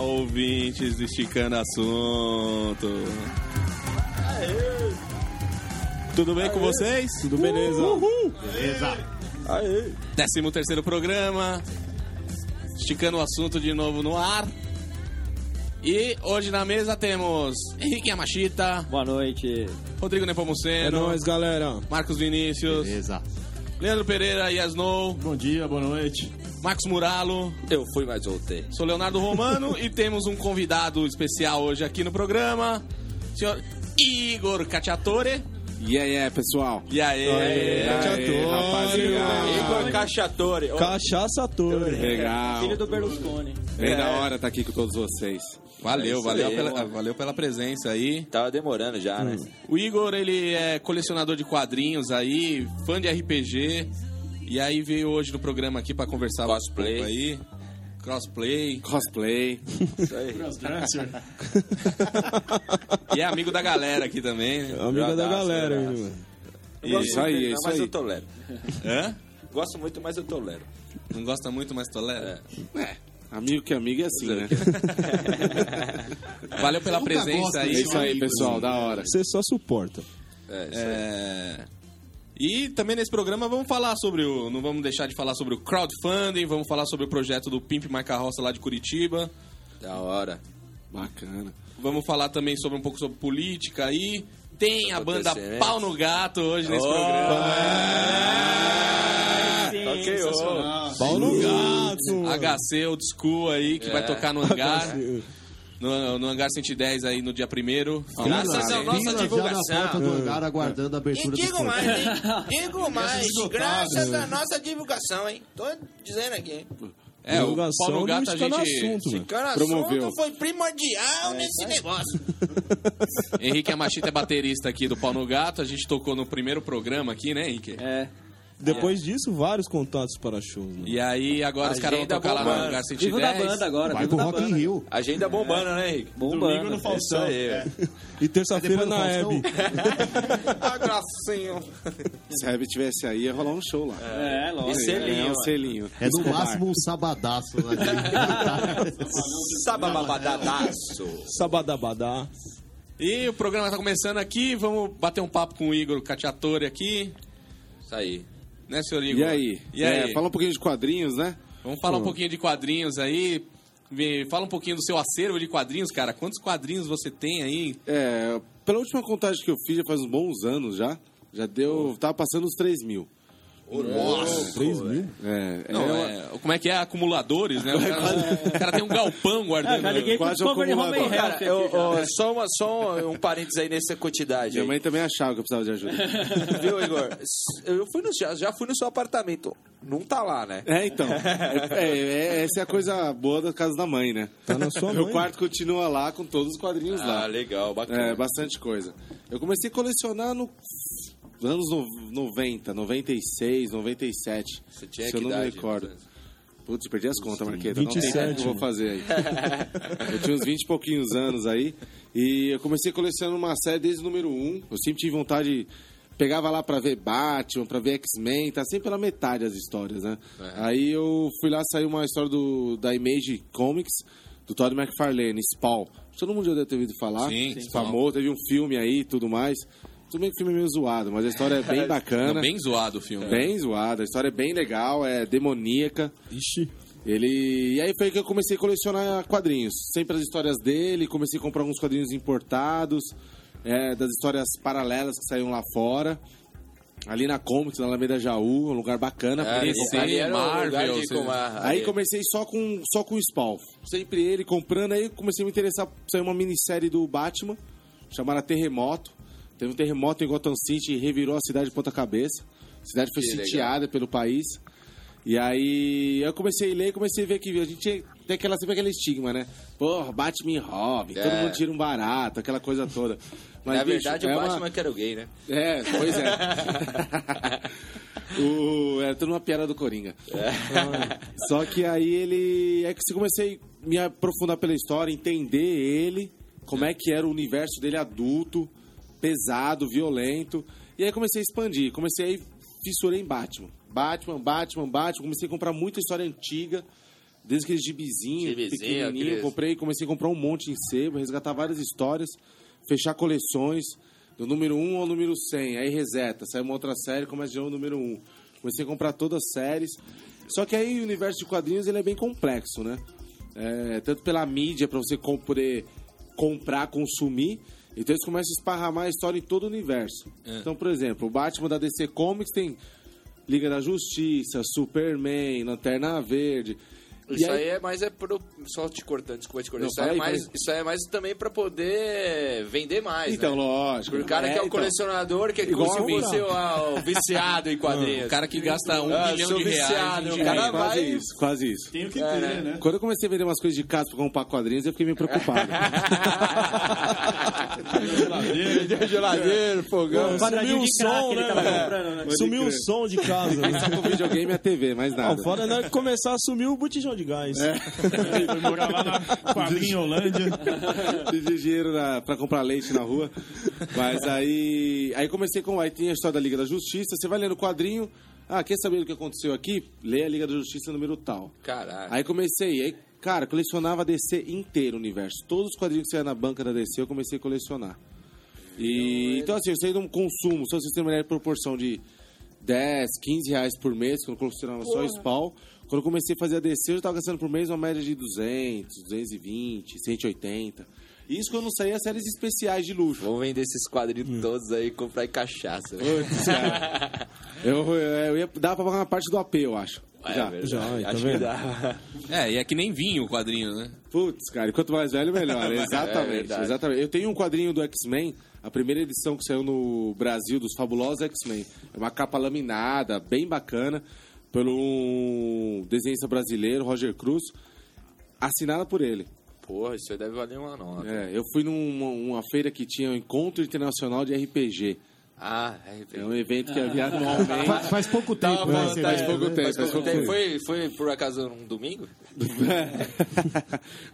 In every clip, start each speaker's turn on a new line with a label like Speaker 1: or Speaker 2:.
Speaker 1: ouvintes do Esticando Assunto. Tudo bem com vocês?
Speaker 2: Tudo beleza?
Speaker 1: Uhul.
Speaker 2: Beleza.
Speaker 1: Aê. 13 terceiro programa. Esticando o assunto de novo no ar. E hoje na mesa temos Henrique Yamashita,
Speaker 2: Boa noite.
Speaker 1: Rodrigo
Speaker 3: É
Speaker 1: Nepomuceno,
Speaker 3: nóis, galera.
Speaker 1: Marcos Vinícius,
Speaker 4: Beleza.
Speaker 1: Leandro Pereira, Yasnou,
Speaker 4: Bom dia, boa noite.
Speaker 1: Max Muralo,
Speaker 5: Eu fui, mas voltei.
Speaker 1: sou Leonardo Romano e temos um convidado especial hoje aqui no programa, senhor Igor Cacciatore.
Speaker 5: E aí, é, pessoal?
Speaker 1: E aí,
Speaker 2: É,
Speaker 3: Aê, rapaziada.
Speaker 5: Igor Cacciatore.
Speaker 3: Cachaça Torre.
Speaker 5: Legal.
Speaker 2: Filho do Berlusconi.
Speaker 5: Bem da hora estar aqui com todos vocês.
Speaker 1: Valeu,
Speaker 5: É isso
Speaker 1: valeu,
Speaker 5: aí,
Speaker 1: pela,
Speaker 5: mano.
Speaker 1: valeu pela presença aí.
Speaker 5: Tava demorando já, né?
Speaker 4: Hum.
Speaker 1: O Igor, ele é colecionador de quadrinhos aí, fã de RPG. E aí veio hoje no programa aqui pra conversar mais um
Speaker 5: Cosplay.
Speaker 1: pouco aí. Crossplay.
Speaker 5: Cosplay. Isso aí.
Speaker 1: E é amigo da galera aqui também, né?
Speaker 3: Amiga da
Speaker 5: Jogaço,
Speaker 3: galera, hein,
Speaker 5: jogaço.
Speaker 3: mano.
Speaker 5: Eu gosto
Speaker 1: Isso
Speaker 5: muito
Speaker 1: aí,
Speaker 5: dele,
Speaker 1: isso
Speaker 5: mas
Speaker 1: aí.
Speaker 5: eu tolero.
Speaker 1: Hã?
Speaker 5: Gosto muito, mas eu tolero.
Speaker 1: Não gosta muito, mas tolera?
Speaker 4: É. Amigo que amigo é assim, né?
Speaker 1: Valeu pela presença aí.
Speaker 4: É isso aí, pessoal, da hora.
Speaker 3: Você só suporta.
Speaker 5: É, isso aí.
Speaker 1: É. E também nesse programa vamos falar sobre o. Não vamos deixar de falar sobre o crowdfunding, vamos falar sobre o projeto do Pimp My Carroça lá de Curitiba.
Speaker 5: É. Da hora.
Speaker 4: Bacana.
Speaker 1: Vamos falar também sobre um pouco sobre política aí. Tem a banda
Speaker 5: Acontecimentos.
Speaker 1: Pau no Gato hoje nesse
Speaker 5: Oh!
Speaker 1: programa.
Speaker 5: ok, ô.
Speaker 3: Pau no gato. mano.
Speaker 1: HC Old School aí,
Speaker 4: É.
Speaker 1: que vai tocar no hangar.
Speaker 3: Sim.
Speaker 1: No, no hangar 110 aí no dia 1
Speaker 5: Graças
Speaker 6: Já
Speaker 5: a nossa
Speaker 6: na porta
Speaker 5: divulgação.
Speaker 6: do hangar, aguardando a abertura do
Speaker 5: Digo
Speaker 6: programa.
Speaker 5: mais, hein? Digo mais.
Speaker 6: esgotadas,
Speaker 5: Graças
Speaker 4: né?
Speaker 5: à nossa divulgação, hein? Tô dizendo aqui. hein?
Speaker 1: É, o
Speaker 3: Divulgação
Speaker 1: Pau no
Speaker 3: não
Speaker 1: Gato a
Speaker 3: fica no
Speaker 1: gente.
Speaker 3: assunto, mano.
Speaker 5: Cara,
Speaker 4: Promoveu. É,
Speaker 5: assunto foi primordial nesse negócio.
Speaker 1: Henrique Amachita é baterista aqui do Pau no Gato. A gente tocou no primeiro programa aqui, né, Henrique?
Speaker 2: É.
Speaker 3: Depois disso, vários contatos para shows, mano.
Speaker 1: E aí agora os caras vão
Speaker 5: Agenda
Speaker 1: tocar lá no
Speaker 5: bombando.
Speaker 1: hangar 110.
Speaker 2: Vivo da banda agora.
Speaker 6: Vai
Speaker 2: vivo
Speaker 6: pro
Speaker 2: da
Speaker 6: Rock in
Speaker 2: banda.
Speaker 6: Rio.
Speaker 3: É,
Speaker 5: Agenda bombando, né, Henrique?
Speaker 2: Bombando.
Speaker 5: Isso aí.
Speaker 1: é.
Speaker 3: E terça-feira
Speaker 6: Depois do
Speaker 3: na
Speaker 6: Faustão.
Speaker 3: Hebe. Tá
Speaker 5: Ah, gracinho.
Speaker 4: Se a Hebe tivesse aí, ia rolar um show lá.
Speaker 2: É, lógico.
Speaker 5: E selinho,
Speaker 4: É um
Speaker 5: mano.
Speaker 4: selinho.
Speaker 6: É no
Speaker 4: Escobar.
Speaker 6: máximo um sabadaço. Né?
Speaker 5: Sabababadadaço.
Speaker 3: Sabadabadá.
Speaker 1: E o programa tá começando aqui. Vamos bater um papo com o Igor Cacciatore aqui.
Speaker 5: Isso aí.
Speaker 1: Né, senhor Igor?
Speaker 4: E aí?
Speaker 1: E aí?
Speaker 4: É, fala um pouquinho de quadrinhos, né?
Speaker 1: Vamos falar um pouquinho de quadrinhos aí. Me fala um pouquinho do seu acervo de quadrinhos, cara. Quantos quadrinhos você tem aí?
Speaker 4: É, pela última contagem que eu fiz, já faz uns bons anos já. Já deu. Tava passando os 3 mil.
Speaker 5: Nossa.
Speaker 3: 3 mil?
Speaker 4: É,
Speaker 1: Não,
Speaker 4: é,
Speaker 1: é, como é que é? Acumuladores, né? O cara, o cara tem um galpão
Speaker 2: É,
Speaker 1: guardando.
Speaker 2: já liguei pro
Speaker 4: Quase
Speaker 2: Discovery
Speaker 4: acumulador.
Speaker 2: Home and Health
Speaker 5: Cara,
Speaker 2: aqui,
Speaker 5: eu,
Speaker 2: já.
Speaker 5: ó, só, uma, só um, um parênteses aí nessa quantidade.
Speaker 4: Minha
Speaker 5: Aí.
Speaker 4: mãe também achava que eu precisava de ajuda.
Speaker 5: Viu, Igor? S- Eu fui no, já, já fui no seu apartamento. Não tá lá, né?
Speaker 4: É, então. É, é, essa é a coisa boa da casa da mãe, né?
Speaker 3: Tá na sua
Speaker 4: Meu
Speaker 3: mãe.
Speaker 4: quarto continua lá com todos os quadrinhos lá.
Speaker 5: Ah, legal,
Speaker 4: É, bastante coisa. Eu comecei a colecionar no nos anos no- 90, 96, 97.
Speaker 5: Você tinha
Speaker 4: se
Speaker 5: que
Speaker 4: eu não me
Speaker 5: idade,
Speaker 4: recordo.
Speaker 5: mais ou
Speaker 4: Putz, perdi as contas, Marqueta. Não tem
Speaker 3: 27,
Speaker 4: tempo que eu vou
Speaker 3: mano.
Speaker 4: fazer aí. eu tinha uns 20 e pouquinhos anos aí. E eu comecei colecionando uma série desde o número 1. Eu sempre tive vontade... Pegava lá pra ver Batman, pra ver X-Men. Tá sempre pela metade as histórias, né?
Speaker 1: É.
Speaker 4: Aí eu fui lá, saiu uma história do, da Image Comics, do Todd McFarlane, Spawn. Todo mundo já deve ter ouvido falar.
Speaker 1: Sim, sim.
Speaker 4: Spamou, teve um filme aí e tudo mais. Tudo bem que o filme é meio zoado, mas a história é bem bacana.
Speaker 1: Não, Tá bem zoado o filme.
Speaker 4: Bem zoada, a história é bem legal, é demoníaca.
Speaker 3: Ixi.
Speaker 4: Ele. E aí foi que eu comecei a colecionar quadrinhos. Sempre as histórias dele, comecei a comprar alguns quadrinhos importados, é, das histórias paralelas que saíam lá fora. Ali na Comics, na Alameda Jaú, um lugar bacana. pra poder
Speaker 5: menos.
Speaker 1: esse
Speaker 4: comprar.
Speaker 1: aí
Speaker 5: Ali era o lugar
Speaker 1: Tá Marvel,
Speaker 5: de
Speaker 1: você-
Speaker 5: Comar,
Speaker 4: Aí
Speaker 5: ali.
Speaker 4: comecei só com só com o Spawn. Sempre ele comprando, aí eu comecei a me interessar. Saiu uma minissérie do Batman, chamada Terremoto. Teve um terremoto em Gotham City e revirou a cidade de ponta cabeça. A cidade foi
Speaker 5: Que legal.
Speaker 4: sitiada pelo país. E aí eu comecei a ler, comecei a ver que a gente tinha- tem aquela, sempre aquele estigma, né? Porra, Batman e Robin,
Speaker 5: É.
Speaker 4: todo mundo tira um barato, aquela coisa toda. Mas,
Speaker 5: Na
Speaker 4: bicho,
Speaker 5: verdade,
Speaker 4: é
Speaker 5: o
Speaker 4: uma-
Speaker 5: Batman que era o gay, né?
Speaker 4: é, pois é. o, era tudo uma piada do Coringa.
Speaker 5: É.
Speaker 4: Só que aí ele. É que eu comecei a me aprofundar pela história, entender ele, como é que era o universo dele adulto, pesado, violento. E aí comecei a expandir, comecei aí fissurei em Batman. Batman, Batman, Batman. Comecei a comprar muita história antiga Desde aquele gibizinho,
Speaker 5: Gibizinho,
Speaker 4: pequenininho.
Speaker 5: aqueles-
Speaker 4: Comprei, comecei a comprar um monte em sebo, resgatar várias histórias, fechar coleções, do número 1 ao número 100. Aí reseta, sai uma outra série, começa de novo o número 1. Comecei a comprar todas as séries. Só que aí o universo de quadrinhos ele é bem complexo, né? É, tanto pela mídia, pra você com- poder comprar, consumir. Então eles começam a esparramar a história em todo o universo. Então, por exemplo, o Batman da DC Comics tem Liga da Justiça, Superman, Lanterna Verde. E
Speaker 5: Isso
Speaker 4: aí-
Speaker 5: aí é mais é pro... Só te cortando, desculpa te cortar.
Speaker 4: Não,
Speaker 5: isso, aí
Speaker 4: fala
Speaker 5: é
Speaker 4: aí,
Speaker 5: mais,
Speaker 4: fala
Speaker 5: isso aí é mais também pra poder vender mais,
Speaker 4: Então,
Speaker 5: né?
Speaker 4: lógico.
Speaker 5: O cara que é o
Speaker 4: então.
Speaker 5: colecionador que é
Speaker 4: Igual
Speaker 5: como se
Speaker 4: eu,
Speaker 5: fosse o, ah, o viciado em quadrinhos.
Speaker 1: O cara que gasta um
Speaker 5: Ah,
Speaker 1: milhão
Speaker 5: sou
Speaker 1: de reais.
Speaker 5: viciado,
Speaker 1: em
Speaker 5: o
Speaker 4: É,
Speaker 5: cara
Speaker 1: dinheiro.
Speaker 4: quase
Speaker 5: vai- É.
Speaker 4: isso, quase isso.
Speaker 7: Tem o que ter, né?
Speaker 4: Quando eu comecei a vender umas coisas de casa pra comprar quadrinhos, eu fiquei meio preocupado.
Speaker 5: Geladeira, fogão.
Speaker 3: Sumiu
Speaker 7: Paradinho
Speaker 3: o
Speaker 7: de crack
Speaker 3: som,
Speaker 7: ele
Speaker 3: né,
Speaker 7: tava
Speaker 3: velho?
Speaker 7: comprando, né?
Speaker 3: Sumiu o som de casa. né?
Speaker 4: Só com videogame e a TV, mais nada.
Speaker 3: Não, fora né, começar a sumir o botijão de gás.
Speaker 7: Foi morar lá na Quadrinha Holândia.
Speaker 4: Pedir dinheiro na, pra comprar leite na rua. Mas aí. Aí comecei com. Aí tinha a história da Liga da Justiça. Você vai lendo o quadrinho. Ah, quer saber o que aconteceu aqui? Lê a Liga da Justiça número tal.
Speaker 5: Caralho.
Speaker 4: Aí comecei, aí, cara, colecionava a DC inteiro o universo. Todos os quadrinhos que saíam na banca da DC eu comecei a colecionar. E, então, assim, eu saí de um consumo, só pra vocês terem uma ideia de proporção de 10, 15 reais por mês, que eu colecionava só spawn. Quando eu comecei a fazer a DC, eu já tava gastando por mês uma média de 200, 220, 180. E Isso quando não saía séries especiais de luxo.
Speaker 5: Vamos vender esses quadrinhos todos aí e comprar em cachaça. né?
Speaker 4: Hum. Putz, cara. eu, eu, eu ia, dava pra pagar uma parte do AP, eu acho.
Speaker 5: É
Speaker 4: já.
Speaker 5: verdade.
Speaker 3: já, aí, tá
Speaker 5: Acho que
Speaker 3: vendo?
Speaker 5: dá.
Speaker 1: É, e é que nem vinho o quadrinho, né?
Speaker 4: Putz, cara, quanto mais velho, melhor. Exatamente,
Speaker 5: verdade.
Speaker 4: exatamente. Eu tenho um quadrinho do X-Men, a primeira edição que saiu no Brasil, dos fabulosos X-Men. É uma capa laminada, bem bacana, pelo um desenhista brasileiro, Roger Cruz, assinada por ele.
Speaker 5: Porra, isso aí deve valer uma nota.
Speaker 4: É, eu fui numa uma feira que tinha um encontro internacional de RPG.
Speaker 5: Ah, é,
Speaker 4: É um evento que havia anualmente.
Speaker 6: Fa- faz pouco tempo, né?
Speaker 5: tá,
Speaker 4: faz
Speaker 6: você
Speaker 5: é.
Speaker 4: pouco
Speaker 6: lembra, né?
Speaker 4: tempo,
Speaker 5: Ah, Mas
Speaker 4: faz
Speaker 5: quanto
Speaker 4: pouco
Speaker 5: tempo?
Speaker 4: tempo.
Speaker 5: Foi, foi por acaso um domingo?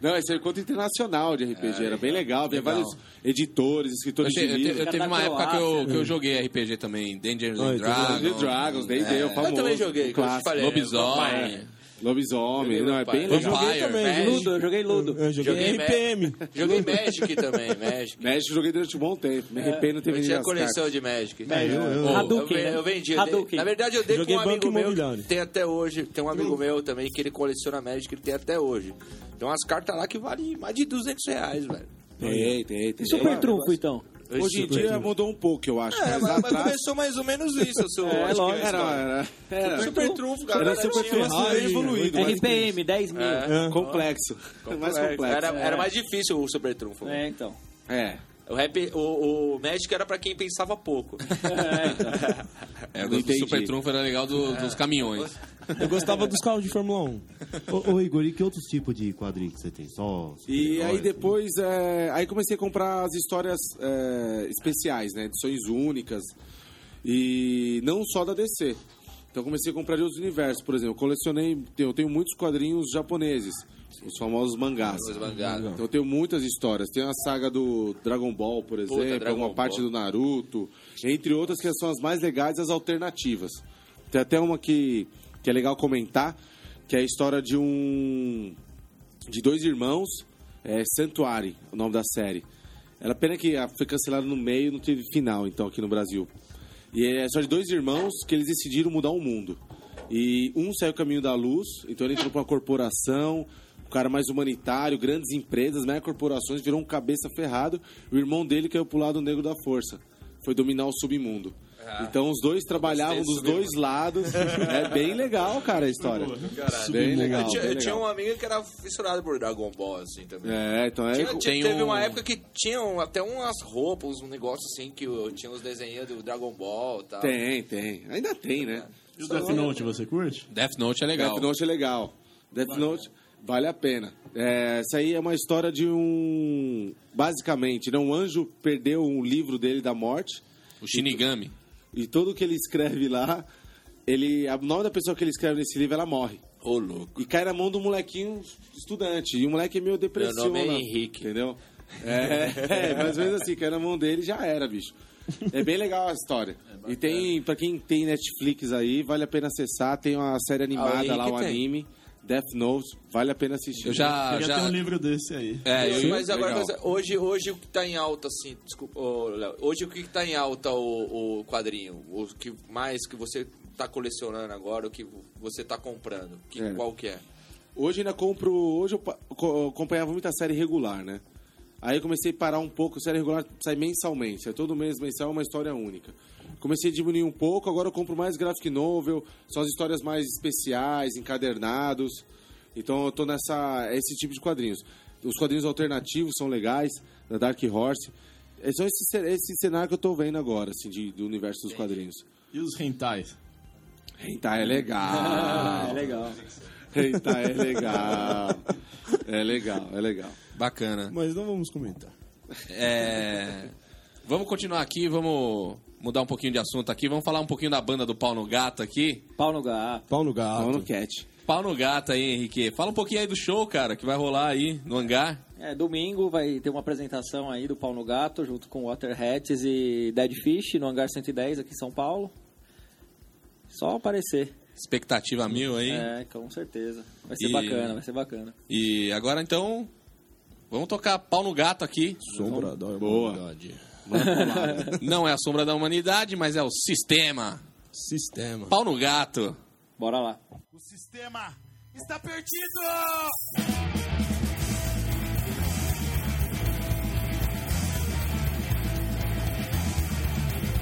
Speaker 4: Não, esse é um encontro internacional de RPG, era bem Ah, legal. Havia
Speaker 1: Legal.
Speaker 4: vários editores,
Speaker 1: Eu,
Speaker 4: escritores
Speaker 1: te- eu
Speaker 4: de
Speaker 1: te- eu
Speaker 4: livros.
Speaker 5: tá
Speaker 1: teve uma época que eu, que eu joguei RPG também, Dangers and
Speaker 3: Oi,
Speaker 1: Dragons.
Speaker 4: Dungeons and Dragons, D&D, o famoso.
Speaker 5: é. eu também joguei,
Speaker 4: um
Speaker 5: como eu te
Speaker 4: clássico.
Speaker 5: falei.
Speaker 1: Lobisomem.
Speaker 4: Lobisomem,
Speaker 5: Joguei
Speaker 4: não, é
Speaker 5: Vampire.
Speaker 4: bem
Speaker 1: Eu
Speaker 4: legal.
Speaker 1: joguei também,
Speaker 5: Magic.
Speaker 3: Ludo,
Speaker 7: Eu joguei Ludo.
Speaker 3: Eu É, joguei,
Speaker 5: Joguei
Speaker 3: RPM.
Speaker 5: Joguei Magic também, Magic.
Speaker 4: México joguei durante um bom tempo. Me arrependo de ter
Speaker 5: É, Eu
Speaker 4: vendido
Speaker 5: tinha
Speaker 4: as cartas. É,
Speaker 5: coleção de Magic. Oh,
Speaker 7: eu- eu-
Speaker 5: Eu
Speaker 7: Hadouken,
Speaker 5: ve-
Speaker 7: né?
Speaker 5: Eu vendi. eu dei-
Speaker 7: Hadouken.
Speaker 5: na verdade, eu dei
Speaker 3: Joguei
Speaker 5: pra um
Speaker 3: Banco
Speaker 5: amigo meu.
Speaker 3: Imobiliário.
Speaker 5: Que tem até hoje. Tem um
Speaker 4: Hum.
Speaker 5: amigo meu também que ele coleciona Magic, ele tem até hoje. Tem umas cartas lá que valem mais de 200 reais, velho.
Speaker 4: Tem, tem, tem.
Speaker 7: E
Speaker 2: é
Speaker 7: Super
Speaker 4: Tem.
Speaker 7: Trunfo, então?
Speaker 4: Hoje em dia mudou um pouco, eu acho.
Speaker 5: É,
Speaker 4: mas,
Speaker 5: mas,
Speaker 4: lá
Speaker 5: mas
Speaker 4: atrás...
Speaker 5: começou mais ou menos isso, seu.
Speaker 7: É,
Speaker 5: acho que
Speaker 7: lógico.
Speaker 4: Era, era, era.
Speaker 5: Super trunfo, galera.
Speaker 4: Era super
Speaker 5: tinha-
Speaker 4: trunfo, né?
Speaker 3: Ferrari,
Speaker 4: meio
Speaker 2: É,
Speaker 4: evoluído. mas-
Speaker 7: RPM, 10 mil. É,
Speaker 4: É, Complexo. Mais complexo.
Speaker 5: É,
Speaker 4: né?
Speaker 5: Era, era mais difícil o super trunfo.
Speaker 7: então.
Speaker 4: É.
Speaker 5: O, rap, o, o Magic era pra quem pensava pouco.
Speaker 7: É, então.
Speaker 1: É, o
Speaker 4: Não
Speaker 1: do
Speaker 4: entendi.
Speaker 1: Super Trunfo era legal do- dos caminhões.
Speaker 3: Eu gostava dos carros de Fórmula 1.
Speaker 6: Ô, ô, Igor, e que outros tipos de quadrinho que você tem? Só
Speaker 4: E
Speaker 6: super-herói,
Speaker 4: aí
Speaker 5: né?
Speaker 6: assim?
Speaker 4: depois, é, aí comecei a comprar as histórias é, especiais, né? Edições únicas. E não só da DC. Então comecei a comprar de outros universos. Por exemplo, eu colecionei, eu tenho muitos quadrinhos japoneses. Os famosos mangás.
Speaker 5: Os mangás.
Speaker 4: Então eu tenho muitas histórias. Tem a saga do Dragon Ball, por exemplo,
Speaker 5: Dragon
Speaker 4: uma parte
Speaker 5: Ball.
Speaker 4: do Naruto, entre outras que são as mais legais, as alternativas. Tem até uma que, que é legal comentar, que é a história de um de dois irmãos, é Santuari, o nome da série. Era pena que ah, foi cancelado no meio, não teve final, então, aqui no Brasil. E é só de dois irmãos que eles decidiram mudar o mundo. E um saiu o caminho da luz, então ele entrou pra uma corporação, o cara mais humanitário, grandes empresas, mega corporações, virou um cabeça ferrado. O irmão dele caiu pro lado negro da força. Foi dominar o submundo. então os dois trabalhavam
Speaker 5: Ah. gostei
Speaker 4: dos
Speaker 5: do
Speaker 4: dois lados. é bem legal, cara, a história. Bem legal.
Speaker 5: eu tinha,
Speaker 4: bem
Speaker 5: eu tinha
Speaker 4: legal.
Speaker 5: uma amiga que era fissurada por Dragon Ball, assim, também.
Speaker 4: É, então é.
Speaker 5: Tinha-
Speaker 1: Tem
Speaker 5: tinha- teve
Speaker 1: um-
Speaker 5: uma época que tinham até umas roupas, um negócio assim, que eu- tinha os desenhos do Dragon Ball e tal.
Speaker 4: Tem, tem. Ainda tem, né?
Speaker 7: E o Death Note, você curte?
Speaker 1: Death Note é legal.
Speaker 4: Death Note é legal. Death Note vale a pena. É, essa aí é uma história de um. Basicamente, né? um anjo perdeu um livro dele da morte
Speaker 1: O Shinigami.
Speaker 4: e tudo que ele escreve lá, ele, o nome da pessoa que ele escreve nesse livro, ela morre.
Speaker 5: Ô, louco.
Speaker 4: E cai na mão do molequinho estudante. E o moleque é meio depressivo.
Speaker 5: Meu nome é Henrique.
Speaker 4: Entendeu? É, é, mas mesmo assim, cai na mão dele já era, bicho. É bem legal a história.
Speaker 5: É
Speaker 4: e tem, pra quem tem Netflix aí, vale a pena acessar. Tem uma série animada
Speaker 5: Ah, Henrique
Speaker 4: lá, o
Speaker 5: tem.
Speaker 4: anime. Death Note, vale a pena assistir.
Speaker 1: Eu já.
Speaker 7: Queria
Speaker 1: já...
Speaker 7: ter um livro desse aí.
Speaker 1: É, eu-
Speaker 5: mas agora,
Speaker 1: legal.
Speaker 5: mas hoje, hoje o que tá em alta, assim, desculpa, ô, Léo, hoje o que tá em alta o, o quadrinho? O que mais que você tá colecionando agora, o que você tá comprando? Que,
Speaker 4: É.
Speaker 5: Qual que é?
Speaker 4: Hoje ainda compro. Hoje eu pa- co- acompanhava muita série regular, né? Aí eu comecei a parar um pouco. Série regular sai mensalmente. É todo mês mensal, é uma história única. Comecei a diminuir um pouco, agora eu compro mais graphic novel, são as histórias mais especiais, encadernados. Então eu tô nessa. é esse tipo de quadrinhos. Os quadrinhos alternativos são legais, da Dark Horse. É só esse, ce- esse cenário que eu tô vendo agora, assim, de- do universo dos quadrinhos.
Speaker 7: E os rentais?
Speaker 4: Hentai é legal.
Speaker 2: É legal.
Speaker 4: Eita, é legal. É legal, é legal.
Speaker 1: Bacana.
Speaker 3: Mas não vamos comentar.
Speaker 1: É, Vamos continuar aqui, vamos mudar um pouquinho de assunto aqui. Vamos falar um pouquinho da banda do Pau no Gato aqui.
Speaker 2: Pau no gato.
Speaker 3: Pau no gato.
Speaker 4: Pau no cat.
Speaker 1: Pau no Gato aí, Henrique. Fala um pouquinho aí do show, cara, que vai rolar aí no hangar.
Speaker 2: É, domingo vai ter uma apresentação aí do Pau no Gato, junto com Waterheads e Dead Fish, no Hangar 110, aqui em São Paulo. Só aparecer.
Speaker 1: Expectativa mil aí.
Speaker 2: É, com certeza. Vai ser
Speaker 1: E-
Speaker 2: bacana, vai ser bacana.
Speaker 1: E agora então, vamos tocar Pau no Gato aqui.
Speaker 3: Sombra da
Speaker 4: Boa.
Speaker 3: humanidade.
Speaker 1: Não é a sombra da humanidade, mas é o sistema.
Speaker 3: Sistema.
Speaker 1: Pau no Gato.
Speaker 2: Bora lá.
Speaker 8: O sistema está perdido!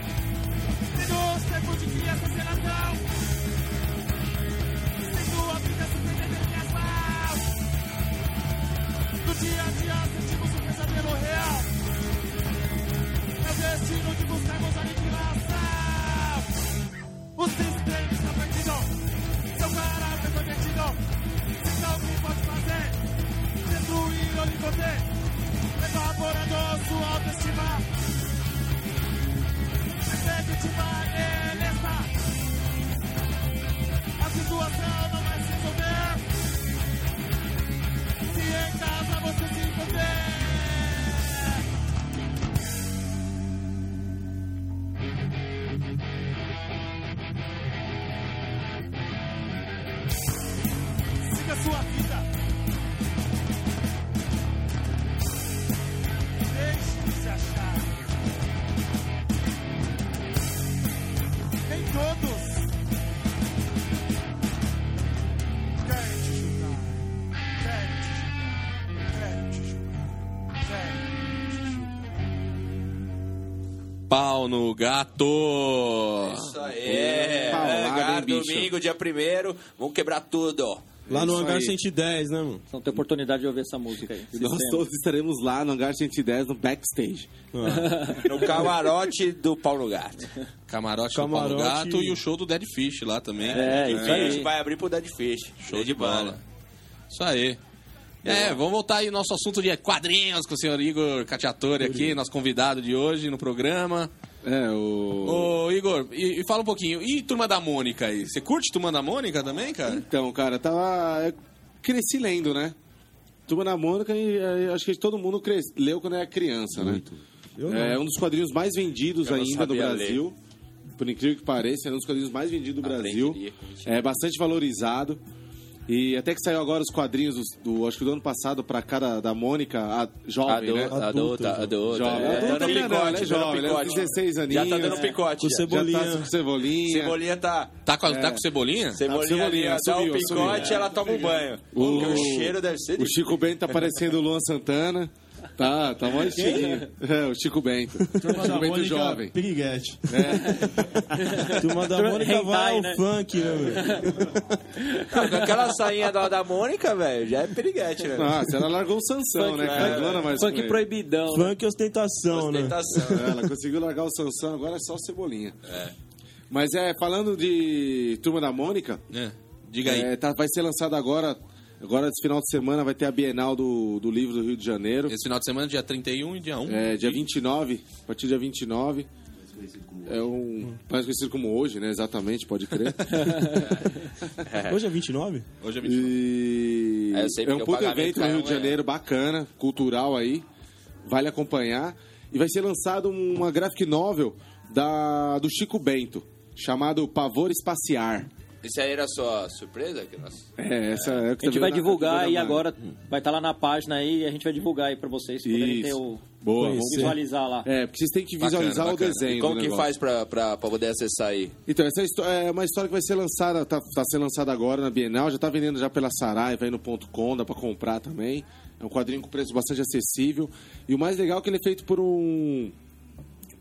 Speaker 8: Sendo cego de criança sem natal Sendo a vida se perdendo em asfal No dia a dia sentimos um pesadelo real É o destino de buscarmos a aniquilação o sistema está perdido, seu caráter foi perdido. Se alguém pode fazer, destruir ou lhe conter, evaporando sua autoestima. Até vítima ele está. A situação não vai se resolver. Se em casa você se encontrar. siga sua vida. Deixe se achar. Nem todos querem te julgar, querem te julgar, querem te julgar, querem te julgar.
Speaker 1: Pau no Gato.
Speaker 5: Isso aí.
Speaker 4: Paulada,
Speaker 5: Hangar,
Speaker 4: hein, bicho?
Speaker 5: domingo, dia 1 Vamos quebrar tudo.
Speaker 3: Lá no
Speaker 4: Isso
Speaker 3: hangar
Speaker 4: aí.
Speaker 3: 110, né, mano?
Speaker 2: Então tem oportunidade de ouvir essa música aí.
Speaker 4: Nós todos estaremos lá no Hangar 110, no backstage.
Speaker 5: No camarote do Pau no Gato.
Speaker 1: Camarote, do Pau no
Speaker 3: Camarote.
Speaker 1: Gato e o show do Dead Fish lá também.
Speaker 2: É, isso
Speaker 5: A gente
Speaker 2: aí.
Speaker 5: vai abrir pro Dead Fish.
Speaker 1: Show de bola. Isso aí. É, vamos voltar aí ao nosso assunto de quadrinhos com o senhor Igor Catiatore aqui, nosso convidado de hoje no programa.
Speaker 4: É, o.
Speaker 1: Ô, Igor, e, e fala um pouquinho. E Turma da Mônica aí? Você curte Turma da Mônica também, cara?
Speaker 4: Então, cara, tava. eu Cresci lendo, né? Turma da Mônica, e, eh, acho que todo mundo cres- leu quando era criança, né?
Speaker 3: Eu não.
Speaker 4: É um dos quadrinhos mais vendidos
Speaker 5: Eu não
Speaker 4: ainda do
Speaker 5: sabia
Speaker 4: Brasil. Por incrível que pareça, é um dos quadrinhos mais vendidos do Brasil.
Speaker 5: Aprenderia.
Speaker 4: É bastante valorizado. E até que saiu agora os quadrinhos dos- do, acho que do ano passado pra cá da, da Mônica, a jovem, né?
Speaker 5: Adulta, adulta, adulta.
Speaker 4: Jovem.
Speaker 5: É,
Speaker 4: Adulta
Speaker 5: Dando
Speaker 4: também não, ela é
Speaker 5: picote,
Speaker 4: jovem, ela
Speaker 5: dando
Speaker 4: é
Speaker 5: picote.
Speaker 4: 16
Speaker 5: Já tá
Speaker 4: aninhos.
Speaker 5: dando picote.
Speaker 3: Com
Speaker 5: já.
Speaker 3: Cebolinha.
Speaker 4: Já tá com cebolinha.
Speaker 5: Cebolinha tá.
Speaker 1: Tá com, a- tá com cebolinha?
Speaker 5: Cebolinha,
Speaker 4: Cebolinha,
Speaker 5: dá
Speaker 4: assumiu,
Speaker 5: um picote
Speaker 4: assumiu.
Speaker 5: ela toma um banho.
Speaker 4: né? O-
Speaker 5: Porque o cheiro deve ser
Speaker 4: O
Speaker 5: de...
Speaker 4: Chico Bento tá parecendo o Luan Santana. Tá, tá mó estilinho. É, o Chico Bento.
Speaker 7: Turma
Speaker 4: O
Speaker 7: da
Speaker 4: Chico Bento
Speaker 7: Mônica
Speaker 4: jovem.
Speaker 7: Piriguete.
Speaker 3: Turma da Mônica vai ao
Speaker 2: Hentai, né?
Speaker 3: funk, né, velho?
Speaker 5: Ah, com aquela sainha da, da Mônica, velho, já é periguete, né?
Speaker 4: Nossa, Ah, ela largou o Sansão,
Speaker 2: Funk,
Speaker 4: né, cara?
Speaker 5: é,
Speaker 4: Não era mais com
Speaker 2: Funk
Speaker 4: ele.
Speaker 2: proibidão, né?
Speaker 3: Funk e ostentação, né?
Speaker 5: Ostentação.
Speaker 4: É, Ela conseguiu largar o Sansão, agora é só o Cebolinha. Mas é, falando de Turma da Mônica,
Speaker 1: É. Diga aí.
Speaker 4: é, tá- vai ser lançado agora, agora esse final de semana, vai ter a Bienal do, do Livro do Rio de Janeiro.
Speaker 1: Esse final de semana, dia 31 e dia 1.
Speaker 4: É, dia 29, a partir do dia 29. É um. Mais conhecido como hoje, né? Exatamente, pode crer.
Speaker 3: Hoje é 29?
Speaker 1: Hoje é 29.
Speaker 4: E
Speaker 5: É, eu sei
Speaker 4: é um
Speaker 5: porque o
Speaker 4: puto
Speaker 5: pagamento
Speaker 4: evento no
Speaker 5: é
Speaker 4: Rio
Speaker 5: um,
Speaker 4: de
Speaker 5: é.
Speaker 4: Janeiro, bacana, cultural aí. Vale acompanhar. E vai ser lançado um, uma graphic novel da, do Chico Bento, chamado Pavor Espaciar.
Speaker 5: Isso aí era só surpresa? Que nós...
Speaker 4: É, essa é o
Speaker 2: A
Speaker 4: que
Speaker 2: gente
Speaker 4: tá
Speaker 2: vai
Speaker 4: vendo na capa
Speaker 2: divulgar
Speaker 4: da
Speaker 2: e
Speaker 4: Mari.
Speaker 2: agora vai estar lá na página aí e a gente vai divulgar aí pra vocês poderem ter o.
Speaker 4: Isso. Boa, vamos
Speaker 3: Conhecer.
Speaker 2: visualizar lá.
Speaker 4: É, porque vocês têm que
Speaker 5: Bacana,
Speaker 4: visualizar
Speaker 5: bacana.
Speaker 4: o desenho.
Speaker 5: E como
Speaker 4: do
Speaker 5: que
Speaker 4: negócio.
Speaker 5: faz pra, pra, pra poder acessar aí?
Speaker 4: Então, essa histó- é uma história que vai ser lançada, tá, tá sendo lançada agora na Bienal, já tá vendendo já pela Saraiva aí no ponto com, dá pra comprar também. É um quadrinho com preço bastante acessível. E o mais legal é que ele é feito por um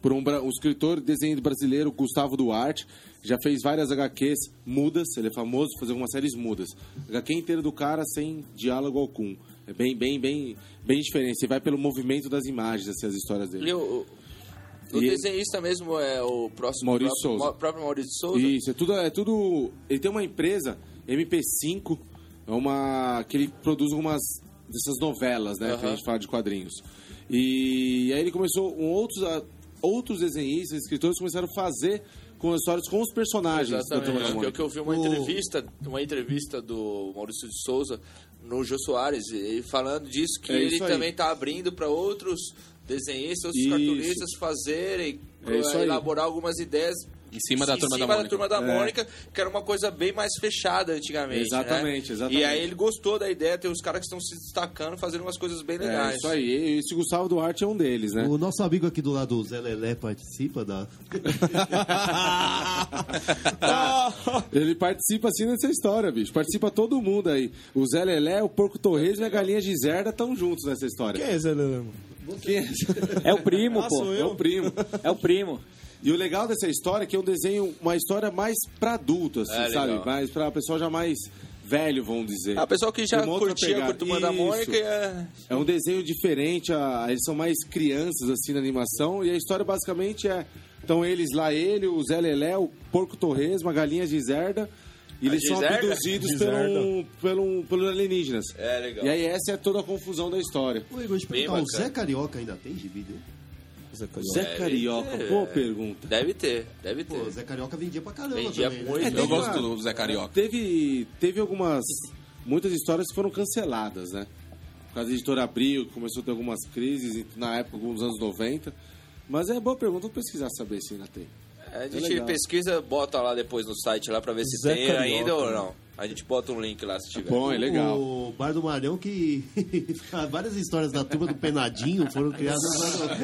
Speaker 4: por um, bra- um escritor e desenho brasileiro, Gustavo Duarte. Já fez várias HQs mudas, ele é famoso por fazer algumas séries mudas. HQ inteira do cara sem diálogo algum. É bem, bem, bem, bem diferente. Você vai pelo movimento das imagens, assim, as histórias dele.
Speaker 5: E o, o
Speaker 4: E-
Speaker 5: desenhista mesmo é o próximo...
Speaker 4: Maurício
Speaker 5: próprio,
Speaker 4: Souza.
Speaker 5: Mau- próprio Maurício Souza?
Speaker 4: Isso, é tudo, é tudo. Ele tem uma empresa, MP5, é uma. que ele produz algumas dessas novelas, né? Que a
Speaker 5: Aham.
Speaker 4: gente fala de quadrinhos. E aí ele começou. um, outros, a- outros desenhistas, escritores começaram a fazer com as histórias com os personagens da Turma da
Speaker 5: Exatamente. Eu,
Speaker 4: Mônica.
Speaker 5: que eu vi uma entrevista, uma entrevista do Maurício de Souza no Jô Soares, e falando disso, que
Speaker 4: É
Speaker 5: ele
Speaker 4: isso aí.
Speaker 5: também está abrindo para outros desenhistas, outros
Speaker 4: Isso.
Speaker 5: cartunistas fazerem, eh,
Speaker 4: É isso aí.
Speaker 5: elaborar algumas ideias
Speaker 1: Em cima da Turma da Mônica.
Speaker 5: Turma da
Speaker 4: É.
Speaker 5: Mônica, que era uma coisa bem mais fechada antigamente.
Speaker 4: Exatamente,
Speaker 5: né?
Speaker 4: exatamente.
Speaker 5: E aí ele gostou da ideia, tem uns caras que estão se destacando, fazendo umas coisas bem legais.
Speaker 4: É isso aí. E Esse Gustavo Duarte é um deles, né?
Speaker 6: O nosso amigo aqui do lado, o Zé Lelé, participa da.
Speaker 4: Ele participa assim dessa história, bicho. Participa todo mundo aí. O Zé Lelé, o Porco Torresmo e a Galinha Giserda estão juntos nessa
Speaker 3: Quem
Speaker 4: história.
Speaker 3: é Zé Lelemo?
Speaker 4: Quem é?
Speaker 2: É o primo,
Speaker 3: Ah,
Speaker 2: pô.
Speaker 3: sou
Speaker 4: É o primo.
Speaker 2: É o primo.
Speaker 4: E o legal dessa história é que é um desenho, uma história mais pra adulto, assim,
Speaker 5: É, legal.
Speaker 4: sabe? Mais pra pessoal já mais velho, vamos dizer.
Speaker 5: Ah, o pessoal que já
Speaker 4: Uma outra
Speaker 5: curtia a
Speaker 4: pegada.
Speaker 5: Turma da
Speaker 4: Isso.
Speaker 5: Mônica é...
Speaker 4: É um desenho diferente, a- eles são mais crianças, assim, na animação. E a história basicamente é... Então eles lá, ele, o Zé Lelé, o Porco Torresmo, a Galinha Giserda... E
Speaker 5: A
Speaker 4: eles são
Speaker 5: Giserda?
Speaker 4: abduzidos
Speaker 3: Giserda.
Speaker 4: pelo, um, pelo, pelos alienígenas.
Speaker 5: É, legal.
Speaker 4: E aí essa é toda a confusão da história.
Speaker 6: Oi, vou te
Speaker 5: Bem
Speaker 6: perguntar, o
Speaker 5: bacana.
Speaker 6: Zé Carioca ainda tem gibi dele?
Speaker 4: Zé Carioca,
Speaker 5: é.
Speaker 4: boa pergunta.
Speaker 5: Deve ter, deve ter.
Speaker 6: Pô, o Zé Carioca vendia pra caramba
Speaker 5: Vendia
Speaker 6: também,
Speaker 5: muito.
Speaker 4: Então
Speaker 6: né?
Speaker 1: um. Eu gosto do Zé Carioca.
Speaker 4: Teve, teve algumas. Muitas histórias que foram canceladas, né? Por causa da editora Abril, que começou a ter algumas crises na época, alguns anos 90. Mas é boa pergunta, vou pesquisar saber se ainda tem.
Speaker 5: A É gente
Speaker 4: legal.
Speaker 5: pesquisa, bota lá depois no site lá pra ver se
Speaker 3: Zé
Speaker 5: tem
Speaker 3: Carioca,
Speaker 5: ainda ou não. A gente bota um link lá se tiver.
Speaker 4: Bom, é legal.
Speaker 6: O Bar do Marão que várias histórias da turma do Penadinho foram criadas lá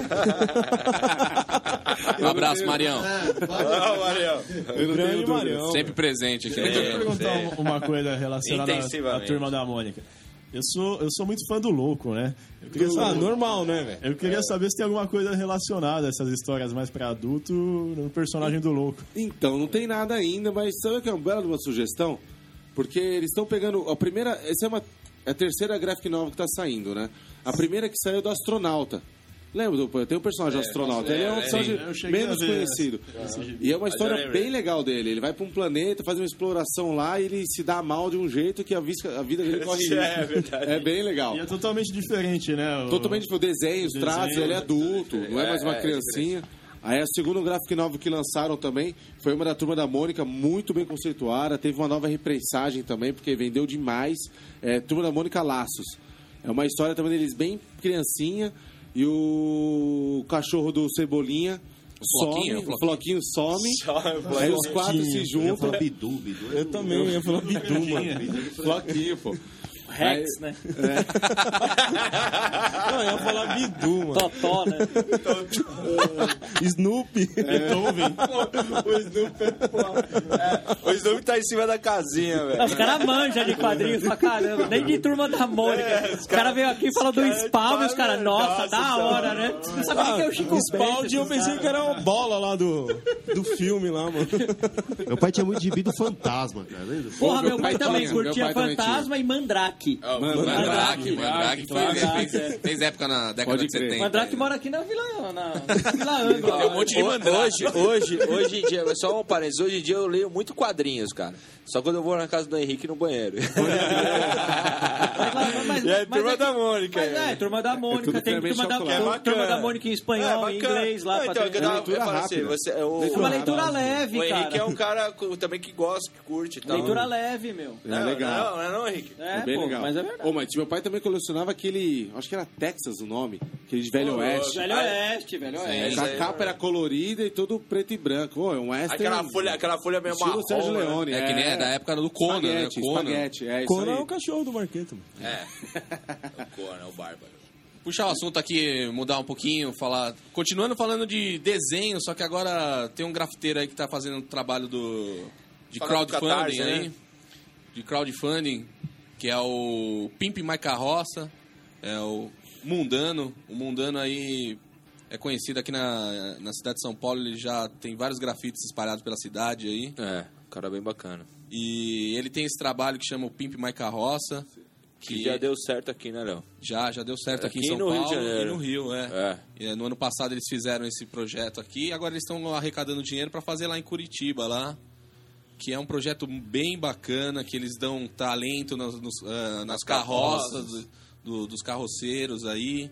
Speaker 1: Um abraço, Marião.
Speaker 6: no... É, várias-
Speaker 5: Ah, Marião.
Speaker 3: Eu grande Marião.
Speaker 1: Sempre presente aqui. no
Speaker 7: Deixa eu
Speaker 1: programa.
Speaker 7: perguntar uma, uma coisa relacionada à- à
Speaker 5: Intensivamente.
Speaker 7: turma da Mônica. Eu sou, eu sou muito fã do louco, né? Eu queria,
Speaker 3: Ah,
Speaker 7: saber,
Speaker 3: normal, né, velho?
Speaker 7: eu queria saber se tem alguma coisa relacionada a essas histórias mais pra adulto no personagem do louco.
Speaker 4: Então, não tem nada ainda, mas sabe que é uma bela de uma sugestão? Porque eles estão pegando. A primeira. Essa é, uma, é a terceira graphic nova que tá saindo, né? A primeira que saiu é do astronauta. Lembra do. Tem um personagem astronauta. ele é um personagem
Speaker 7: Eu cheguei
Speaker 4: menos
Speaker 7: a ver
Speaker 4: conhecido. E é uma história bem legal dele. Ele vai pra um planeta, faz uma exploração lá e ele se dá mal de um jeito que a, visca- a vida dele corre risco.
Speaker 5: É verdade.
Speaker 4: É bem legal.
Speaker 7: E é totalmente diferente, né? O-
Speaker 4: Totalmente tipo, desenhos,
Speaker 7: Desenho,
Speaker 4: traços, ele é adulto, não é mais uma
Speaker 5: é, é
Speaker 4: criancinha. Aí a segunda gráfico novel que lançaram também foi uma da turma da Mônica, muito bem conceituada, teve uma nova reprensagem também, porque vendeu demais. É, turma da Mônica Laços. É uma história também deles bem criancinha e o cachorro do Cebolinha.
Speaker 1: O Floquinho,
Speaker 4: some,
Speaker 1: o
Speaker 4: o floquinho some, aí os quatro se
Speaker 6: Eu ia
Speaker 4: juntam.
Speaker 6: falar Bidu, Bidu. é um
Speaker 3: Eu também, eu ia falar Bidu, mano.
Speaker 4: Floquinho, pô.
Speaker 2: Rex, né?
Speaker 5: é.
Speaker 3: Não, eu ia falar Bidu, mano.
Speaker 2: Totó, né?
Speaker 3: Snoopy.
Speaker 5: O Snoopy tá em cima da casinha, velho.
Speaker 2: Os caras manjam de quadrinhos pra caramba. Nem de turma da Mônica.
Speaker 5: É,
Speaker 2: os caras veio aqui e falou do Spawn e os caras, nossa, da hora, né? Não sabia quem é o Chico
Speaker 3: Spaldi, eu pensei que era é uma bola lá do, do filme lá, mano.
Speaker 6: Meu pai tinha muito gibi do Fantasma, cara, lembra?
Speaker 2: Porra, meu,
Speaker 4: Meu
Speaker 2: pai,
Speaker 4: pai
Speaker 2: também
Speaker 4: tinha, meu
Speaker 2: curtia
Speaker 4: pai também
Speaker 2: Fantasma e Mandrake.
Speaker 5: É,
Speaker 1: Ah, o Mandrake, Mandrake
Speaker 2: Mandrake,
Speaker 1: foi- fez- fez época na década
Speaker 4: Pode
Speaker 1: de
Speaker 4: crer.
Speaker 1: 70.
Speaker 2: Mandrake mora aqui na Vila, na, na Vila Ângela.
Speaker 1: Tem um monte de Mandrake.
Speaker 5: Hoje, hoje, hoje em dia, só um parênteses, hoje em dia eu leio muito quadrinhos, cara. Só quando eu vou na casa do Henrique no banheiro.
Speaker 2: Mas- mas-
Speaker 5: E é
Speaker 2: mas
Speaker 5: Turma da Mônica,
Speaker 2: Mas é,
Speaker 5: é.
Speaker 2: Turma da Mônica.
Speaker 4: tudo
Speaker 2: Tem
Speaker 4: creme e
Speaker 2: Turma da,
Speaker 4: chocolate.
Speaker 5: É
Speaker 2: turma
Speaker 5: bacana.
Speaker 2: da Mônica em espanhol,
Speaker 5: É,
Speaker 2: em
Speaker 5: bacana.
Speaker 2: inglês lá.
Speaker 5: Não,
Speaker 2: pra
Speaker 5: então,
Speaker 2: ter-
Speaker 5: eu tava-
Speaker 4: leitura
Speaker 5: eu falo assim,
Speaker 4: rápida.
Speaker 5: você, é o,
Speaker 2: É uma leitura
Speaker 5: o
Speaker 2: leve,
Speaker 5: Henrique é
Speaker 2: cara.
Speaker 5: um cara co- também que gosta, que curte e tal.
Speaker 2: Leitura leve, meu.
Speaker 4: É legal.
Speaker 5: Não, não Tá é não, Henrique?
Speaker 2: É,
Speaker 4: É bem
Speaker 2: pô,
Speaker 4: legal.
Speaker 2: mas é verdade.
Speaker 4: Ô, mas meu pai também colecionava aquele. Acho que era Texas o nome. Aquele de Velho Oeste.
Speaker 2: Velho Oeste, Velho
Speaker 5: É,
Speaker 2: Oeste.
Speaker 5: isso
Speaker 4: a
Speaker 5: aí,
Speaker 4: capa era colorida e todo preto e branco. Ô, é um western.
Speaker 5: Aquela folha, aquela folha meio
Speaker 4: Estilo
Speaker 5: marrom.
Speaker 4: Sérgio
Speaker 5: né?
Speaker 4: Leone.
Speaker 1: É que nem é da época do Conan, né?
Speaker 4: espaguete,
Speaker 1: Conan.
Speaker 4: espaguete, é isso
Speaker 3: Conan é
Speaker 4: aí.
Speaker 3: o cachorro do Marqueto. mano.
Speaker 5: É o Conan, o Bárbaro.
Speaker 1: Puxar o assunto aqui, mudar um pouquinho, falar. Continuando falando de desenho, só que agora tem um grafiteiro aí que tá fazendo um trabalho do. de
Speaker 5: Fala do
Speaker 1: crowdfunding
Speaker 5: Catarse,
Speaker 1: aí.
Speaker 5: né?
Speaker 1: De crowdfunding, que é o Pimp My Carroça, é o Mundano. O Mundano aí é conhecido aqui na, na cidade de São Paulo, ele já tem vários grafites espalhados pela cidade aí.
Speaker 5: É, o cara bem bacana.
Speaker 1: E ele tem esse trabalho que chama o Pimp My Carroça.
Speaker 5: Que, já deu certo aqui, né, Léo?
Speaker 1: Já, já deu certo aqui, em
Speaker 5: Aqui
Speaker 1: São
Speaker 5: no Rio de
Speaker 1: Paulo e
Speaker 5: Janeiro.
Speaker 1: no Rio, é.
Speaker 5: É.
Speaker 1: E, é, No ano passado eles fizeram esse projeto aqui, agora eles estão arrecadando dinheiro para fazer lá em Curitiba, lá. Que é um projeto bem bacana, que eles dão talento nos- nos, ah, nas carroças do- do- dos carroceiros aí.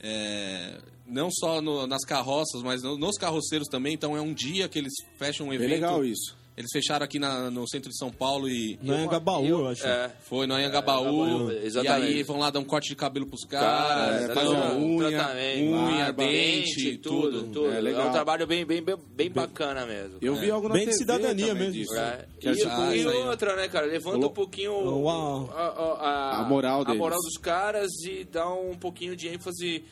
Speaker 1: É, não só no- nas carroças, mas no- nos carroceiros também. Então é um dia que eles fecham um
Speaker 4: Bem
Speaker 1: evento.
Speaker 4: legal isso.
Speaker 1: Eles fecharam aqui na- no centro de São Paulo e
Speaker 3: Não
Speaker 7: um
Speaker 3: é Gabaú, eu acho.
Speaker 5: É.
Speaker 1: foi no Anhangabaú.
Speaker 5: Anhangabaú,
Speaker 1: e
Speaker 5: exatamente.
Speaker 1: aí vão lá dar um corte de cabelo pros
Speaker 5: Cara,
Speaker 1: caras.
Speaker 4: é,
Speaker 5: tá
Speaker 1: faz
Speaker 4: fazer
Speaker 1: uma-
Speaker 5: dando
Speaker 4: unha,
Speaker 5: tratamento,
Speaker 1: unha,
Speaker 5: barba,
Speaker 1: dente,
Speaker 5: tudo,
Speaker 1: tudo.
Speaker 5: tudo.
Speaker 4: É,
Speaker 5: É,
Speaker 4: legal.
Speaker 5: um trabalho bem, bem, bem, bem bacana mesmo.
Speaker 4: Eu vi algo na
Speaker 3: Bem de
Speaker 4: TV
Speaker 3: cidadania
Speaker 4: também
Speaker 3: mesmo.
Speaker 4: disso.
Speaker 5: É.
Speaker 4: Que
Speaker 5: E,
Speaker 4: é tipo
Speaker 1: Ah,
Speaker 5: e
Speaker 1: isso aí.
Speaker 5: outra, né, cara? Levanta um pouquinho
Speaker 3: Uau.
Speaker 5: a, a- a-
Speaker 4: A moral
Speaker 5: a
Speaker 4: deles.
Speaker 5: moral dos caras e dá um pouquinho de ênfase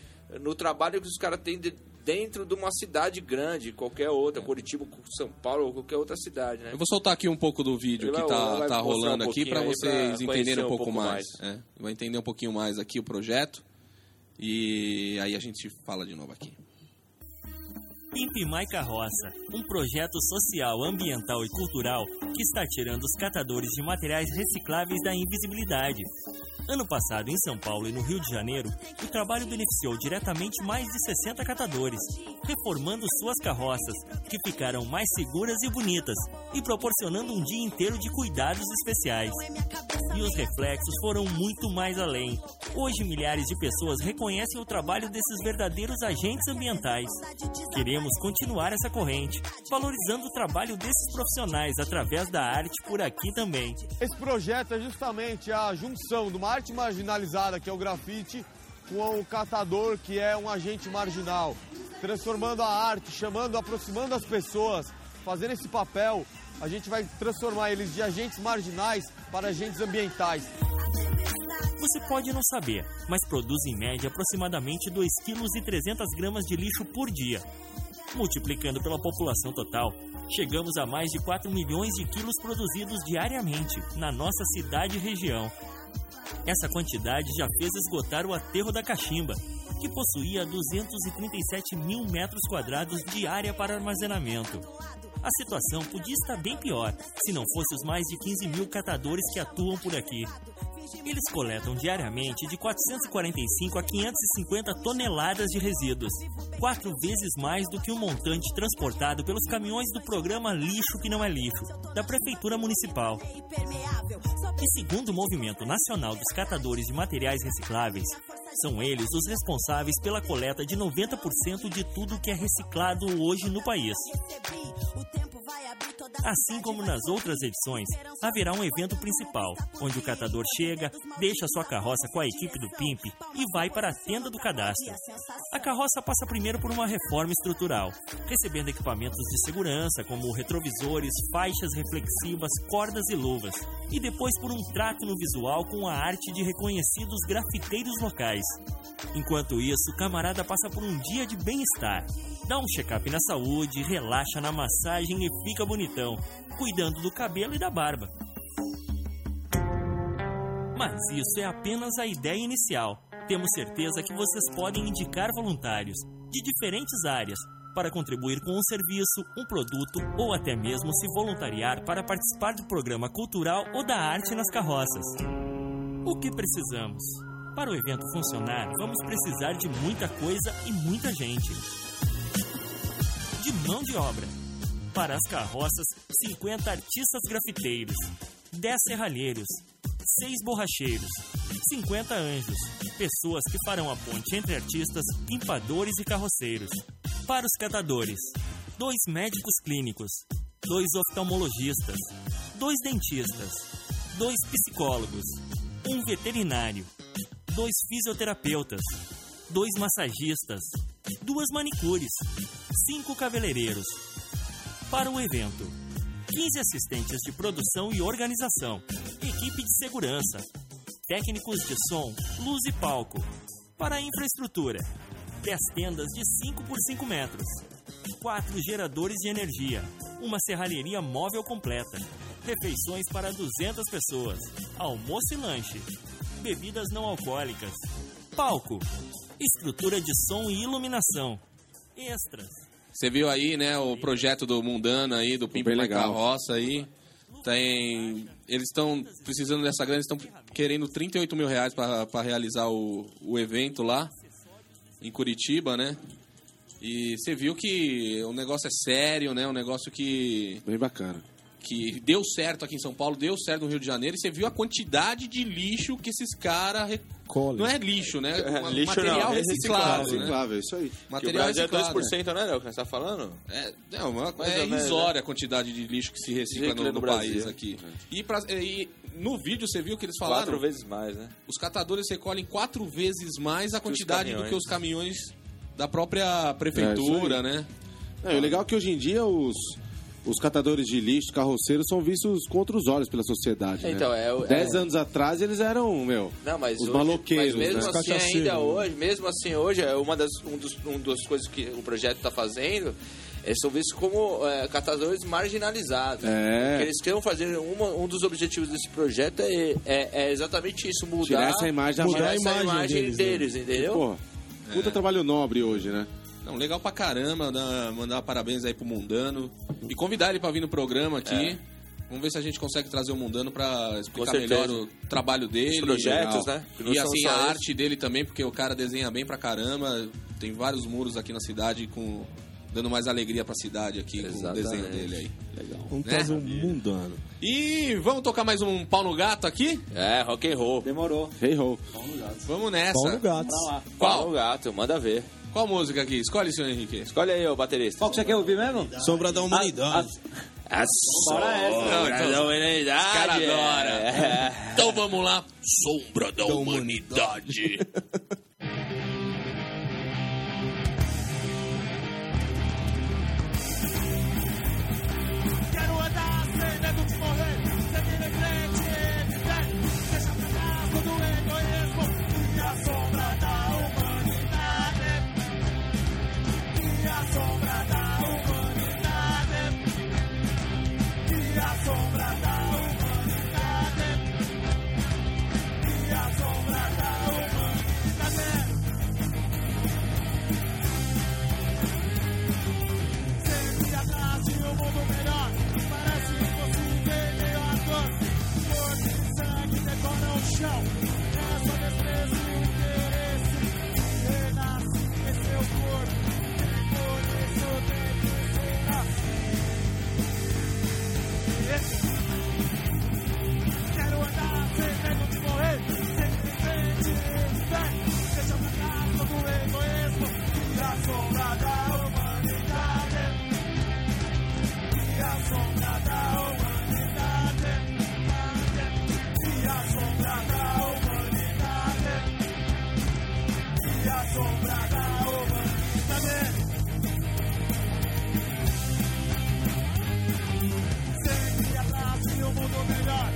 Speaker 5: no trabalho que os caras têm de- dentro de uma cidade grande, qualquer outra, Curitiba, São Paulo, ou qualquer outra cidade, né?
Speaker 1: Eu vou soltar aqui um pouco do vídeo
Speaker 5: Ele
Speaker 1: que
Speaker 5: vai-
Speaker 1: tá,
Speaker 5: vai
Speaker 1: tá
Speaker 5: mostrar
Speaker 1: rolando
Speaker 5: um
Speaker 1: aqui
Speaker 5: pouquinho
Speaker 1: para
Speaker 5: aí
Speaker 1: vocês
Speaker 5: pra
Speaker 1: entenderem
Speaker 5: conhecer
Speaker 1: um pouco, mais. É, vai entender um pouquinho mais aqui o projeto. E aí a gente fala de novo aqui.
Speaker 9: Pimp My Carroça, um projeto social, ambiental e cultural que está tirando os catadores de materiais recicláveis da invisibilidade. Ano passado, em São Paulo e no Rio de Janeiro, o trabalho beneficiou diretamente mais de 60 catadores, reformando suas carroças, que ficaram mais seguras e bonitas, e proporcionando um dia inteiro de cuidados especiais. E os reflexos foram muito mais além. Hoje, milhares de pessoas reconhecem o trabalho desses verdadeiros agentes ambientais. Queremos continuar essa corrente, valorizando o trabalho desses profissionais através da arte por aqui também.
Speaker 10: Esse projeto é justamente a junção de uma arte marginalizada, que é o grafite, com o catador, que é um agente marginal. Transformando a arte, chamando, aproximando as pessoas, fazendo esse papel, a gente vai transformar eles de agentes marginais para agentes ambientais.
Speaker 9: Você pode não saber, mas produz em média aproximadamente 2,3 kg de lixo por dia. Multiplicando pela população total, chegamos a mais de 4 milhões de quilos produzidos diariamente na nossa cidade e região. Essa quantidade já fez esgotar o aterro da Caximba, que possuía 237 mil metros quadrados de área para armazenamento. A situação podia estar bem pior se não fosse os mais de 15 mil catadores que atuam por aqui. Eles coletam diariamente de 445 a 550 toneladas de resíduos, quatro vezes mais do que o montante transportado pelos caminhões do programa Lixo que Não é Lixo, da Prefeitura Municipal. E segundo o Movimento Nacional dos Catadores de Materiais Recicláveis, são eles os responsáveis pela coleta de 90% de tudo que é reciclado hoje no país. Assim como nas outras edições, haverá um evento principal, onde o catador chega, deixa sua carroça com a equipe do PIMP e vai para a tenda do cadastro. A carroça passa primeiro por uma reforma estrutural, recebendo equipamentos de segurança como retrovisores, faixas reflexivas, cordas e luvas, e depois por um trato no visual com a arte de reconhecidos grafiteiros locais. Enquanto isso, o camarada passa por um dia de bem-estar. Dá um check-up na saúde, relaxa na massagem e fica bonitão, cuidando do cabelo e da barba. Mas isso é apenas a ideia inicial. Temos certeza que vocês podem indicar voluntários de diferentes áreas para contribuir com um serviço, um produto ou até mesmo se voluntariar para participar do programa cultural ou da arte nas carroças. O que precisamos? Para o evento funcionar, vamos precisar de muita coisa e muita gente. De mão de obra. Para as carroças, 50 artistas grafiteiros, 10 serralheiros, 6 borracheiros, 50 anjos, pessoas que farão a ponte entre artistas, pimpadores e carroceiros. Para os catadores, 2 médicos clínicos, 2 oftalmologistas, 2 dentistas, 2 psicólogos, um veterinário, 2 fisioterapeutas, dois massagistas, duas manicures, cinco cabeleireiros. Para o evento, 15 assistentes de produção e organização, equipe de segurança, técnicos de som, luz e palco. Para a infraestrutura, 10 tendas de 5 por 5 metros, quatro geradores de energia, uma serralheria móvel completa, refeições para 200 pessoas, almoço e lanche, bebidas não alcoólicas, palco, estrutura de som e iluminação, extras.
Speaker 1: Você viu aí, né, o projeto do Mundano aí, do Pimpo na
Speaker 4: legal.
Speaker 1: Carroça aí. Tem, eles estão precisando dessa grana, estão querendo 38 mil reais para realizar o, o evento lá, em Curitiba, né? E você viu que o negócio é sério, né? Um negócio que,
Speaker 4: Bem bacana.
Speaker 1: que deu certo aqui em São Paulo, deu certo no Rio de Janeiro. E você viu a quantidade de lixo que esses caras... re- Não é lixo, né? Ma-
Speaker 5: lixo não,
Speaker 1: material reciclado,
Speaker 5: é reciclável,
Speaker 1: né?
Speaker 4: Reciclável, isso aí.
Speaker 5: Que o
Speaker 1: Material
Speaker 5: Brasil é
Speaker 1: reciclado.
Speaker 5: 2%, não é, o que você tá falando?
Speaker 1: É, não, é uma-
Speaker 5: Mais
Speaker 1: é
Speaker 5: ou menos,
Speaker 1: irrisória a quantidade de lixo que se recicla
Speaker 5: Recicla
Speaker 1: no, É.
Speaker 5: no
Speaker 1: no
Speaker 5: Brasil.
Speaker 1: país aqui. E, pra- e no vídeo você viu que eles falaram?
Speaker 5: Quatro vezes mais, né?
Speaker 1: Os catadores recolhem quatro vezes mais a
Speaker 5: os
Speaker 1: quantidade do
Speaker 5: caminhões.
Speaker 1: que os caminhões É, da própria prefeitura, né?
Speaker 4: É, o legal é que hoje em dia os, os catadores de lixo, carroceiros, são vistos contra os olhos pela sociedade. né?
Speaker 5: Então, é o-
Speaker 4: Dez
Speaker 5: é.
Speaker 4: anos atrás eles eram, meu.
Speaker 5: Não, mas
Speaker 4: os
Speaker 5: hoje-
Speaker 4: maloqueiros.
Speaker 5: Mas mesmo
Speaker 4: né?
Speaker 5: assim, ainda hoje, mesmo assim hoje, é uma das, um dos, um das coisas que o projeto está fazendo. Eles são vistos como é, catadores marginalizados.
Speaker 4: É.
Speaker 5: O que eles querem fazer, uma, um dos objetivos desse projeto é, é, é exatamente isso, mudar,
Speaker 4: Tirar essa imagem da
Speaker 5: tirar
Speaker 4: mão.
Speaker 5: essa
Speaker 4: Mudar a imagem
Speaker 5: imagem
Speaker 4: deles,
Speaker 5: deles,
Speaker 4: né?
Speaker 5: entendeu?
Speaker 4: Porra,
Speaker 5: É.
Speaker 4: puta trabalho nobre hoje, né?
Speaker 1: Não, legal pra caramba, né? mandar parabéns aí pro Mundano. E convidar ele pra vir no programa aqui. Vamos ver se a gente consegue trazer o Mundano pra explicar
Speaker 5: É. Com certeza.
Speaker 1: melhor o trabalho dele.
Speaker 5: Os projetos,
Speaker 1: Legal.
Speaker 5: né? Que não
Speaker 1: E
Speaker 5: são
Speaker 1: assim,
Speaker 5: só
Speaker 1: a
Speaker 5: esse.
Speaker 1: arte dele também, porque o cara desenha bem pra caramba. Tem vários muros aqui na cidade com... Dando mais alegria pra cidade aqui
Speaker 5: Exatamente.
Speaker 1: com o desenho dele aí. Né?
Speaker 3: Vamos trazer um mundano.
Speaker 1: E vamos tocar mais um pau no gato aqui?
Speaker 5: É, rock and roll.
Speaker 2: Demorou.
Speaker 4: Hey ho.
Speaker 1: Vamos
Speaker 3: Paulo
Speaker 1: nessa.
Speaker 3: Gatos.
Speaker 2: Pra lá.
Speaker 5: Qual? o gato, manda ver.
Speaker 1: Qual música aqui? Escolhe, senhor Henrique.
Speaker 5: Escolhe aí, ô baterista.
Speaker 2: Qual que você quer ouvir mesmo?
Speaker 3: Sombra da humanidade.
Speaker 5: A
Speaker 2: Bora essa.
Speaker 5: sombra
Speaker 1: Então,
Speaker 5: da humanidade.
Speaker 1: cara adora.
Speaker 5: É.
Speaker 1: Então vamos lá. Sombra da humanidade.
Speaker 8: Quero andar sem medo de morrer, seguir em frente, viver, deixar pra trás todo o egoísmo e a sombra da humanidade. E a sombra da humanidade. E a sombra da humanidade. E a sombra da humanidade. Sempre atrás de um mundo melhor Parece impossível em meio à dor Cor de sangue decora o chão É só desprezo e interesse Renasce em seu corpo E por isso tem que ser assim Quero andar sem medo de morrer Sempre em frente, bem Deixa pra trás todo o egoísmo E a sombra da humanidade a sombra da humanidade. E a sombra da humanidade. E a sombra da humanidade. Sempre atrás de um mundo melhor.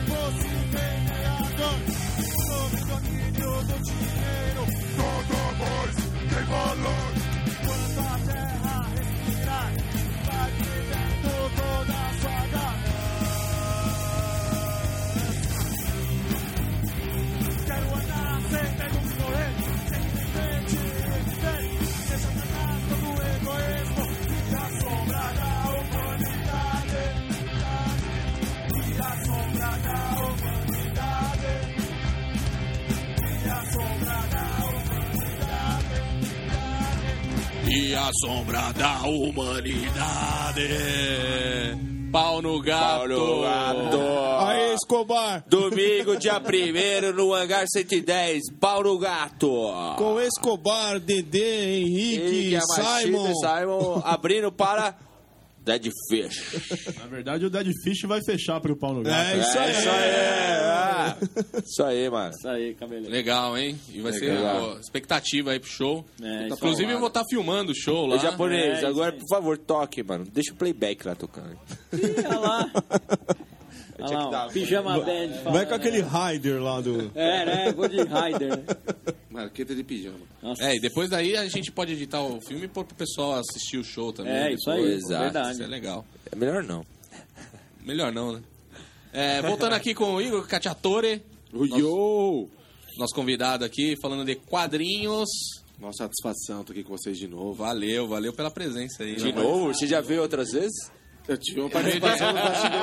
Speaker 8: Impossível em meio à dor. Sob o domínio do dinheiro. Todo voz tem valor. Quando a terra respirar, vai vivendo toda a sua ganância. Quero andar sem medo de morrer, sem frente viver. Deixa pra trás todo o egoísmo e a sombra da humanidade. E a sombra da humanidade. E a sombra da humanidade.
Speaker 1: e a sombra da humanidade. Pau no gato.
Speaker 5: Paulo Gato.
Speaker 3: Aê, Escobar!
Speaker 5: Domingo, dia 1 no Hangar 110, Paulo Gato.
Speaker 3: Com Escobar, Dedê, Henrique,
Speaker 5: Henrique Amachita
Speaker 3: Simon.
Speaker 5: e Simon abrindo para Dead Fish.
Speaker 7: Na verdade, o Dead Fish vai fechar pro pau no gato.
Speaker 5: É, isso aí. isso
Speaker 3: Ah.
Speaker 5: aí, Isso aí, mano.
Speaker 2: Isso aí, cabelo.
Speaker 1: É. Legal, hein? E vai
Speaker 5: Legal.
Speaker 1: ser ó, expectativa aí pro show.
Speaker 2: É, isso
Speaker 1: Inclusive, eu vou estar filmando o show lá.
Speaker 5: Ô, japonês,
Speaker 2: É,
Speaker 5: agora,
Speaker 2: isso aí.
Speaker 5: por favor, toque, mano. Deixa o playback lá tocando.
Speaker 2: Ih, olha lá.
Speaker 5: Eu
Speaker 2: Olha lá, ó, Pijama Band.
Speaker 3: Vai
Speaker 2: falando,
Speaker 3: com aquele
Speaker 2: né?
Speaker 3: Raider lá do.
Speaker 2: É, né? Vou de Rider. né?
Speaker 4: Marqueta de pijama.
Speaker 2: Nossa.
Speaker 1: É, e depois daí a gente pode editar o filme e pôr pro pessoal assistir o show também.
Speaker 2: É, isso aí.
Speaker 5: Exato,
Speaker 2: Verdade.
Speaker 1: Isso é legal.
Speaker 5: É melhor não.
Speaker 1: Melhor não, né? É, voltando aqui com o Igor Cacciatore,
Speaker 4: Yo!
Speaker 1: nosso convidado aqui, falando de quadrinhos.
Speaker 4: Nossa satisfação, tô aqui com vocês de novo.
Speaker 1: Valeu, valeu pela presença aí. né,
Speaker 5: De novo? Você já veio outras vezes?
Speaker 4: Eu tive uma participação no bastidor.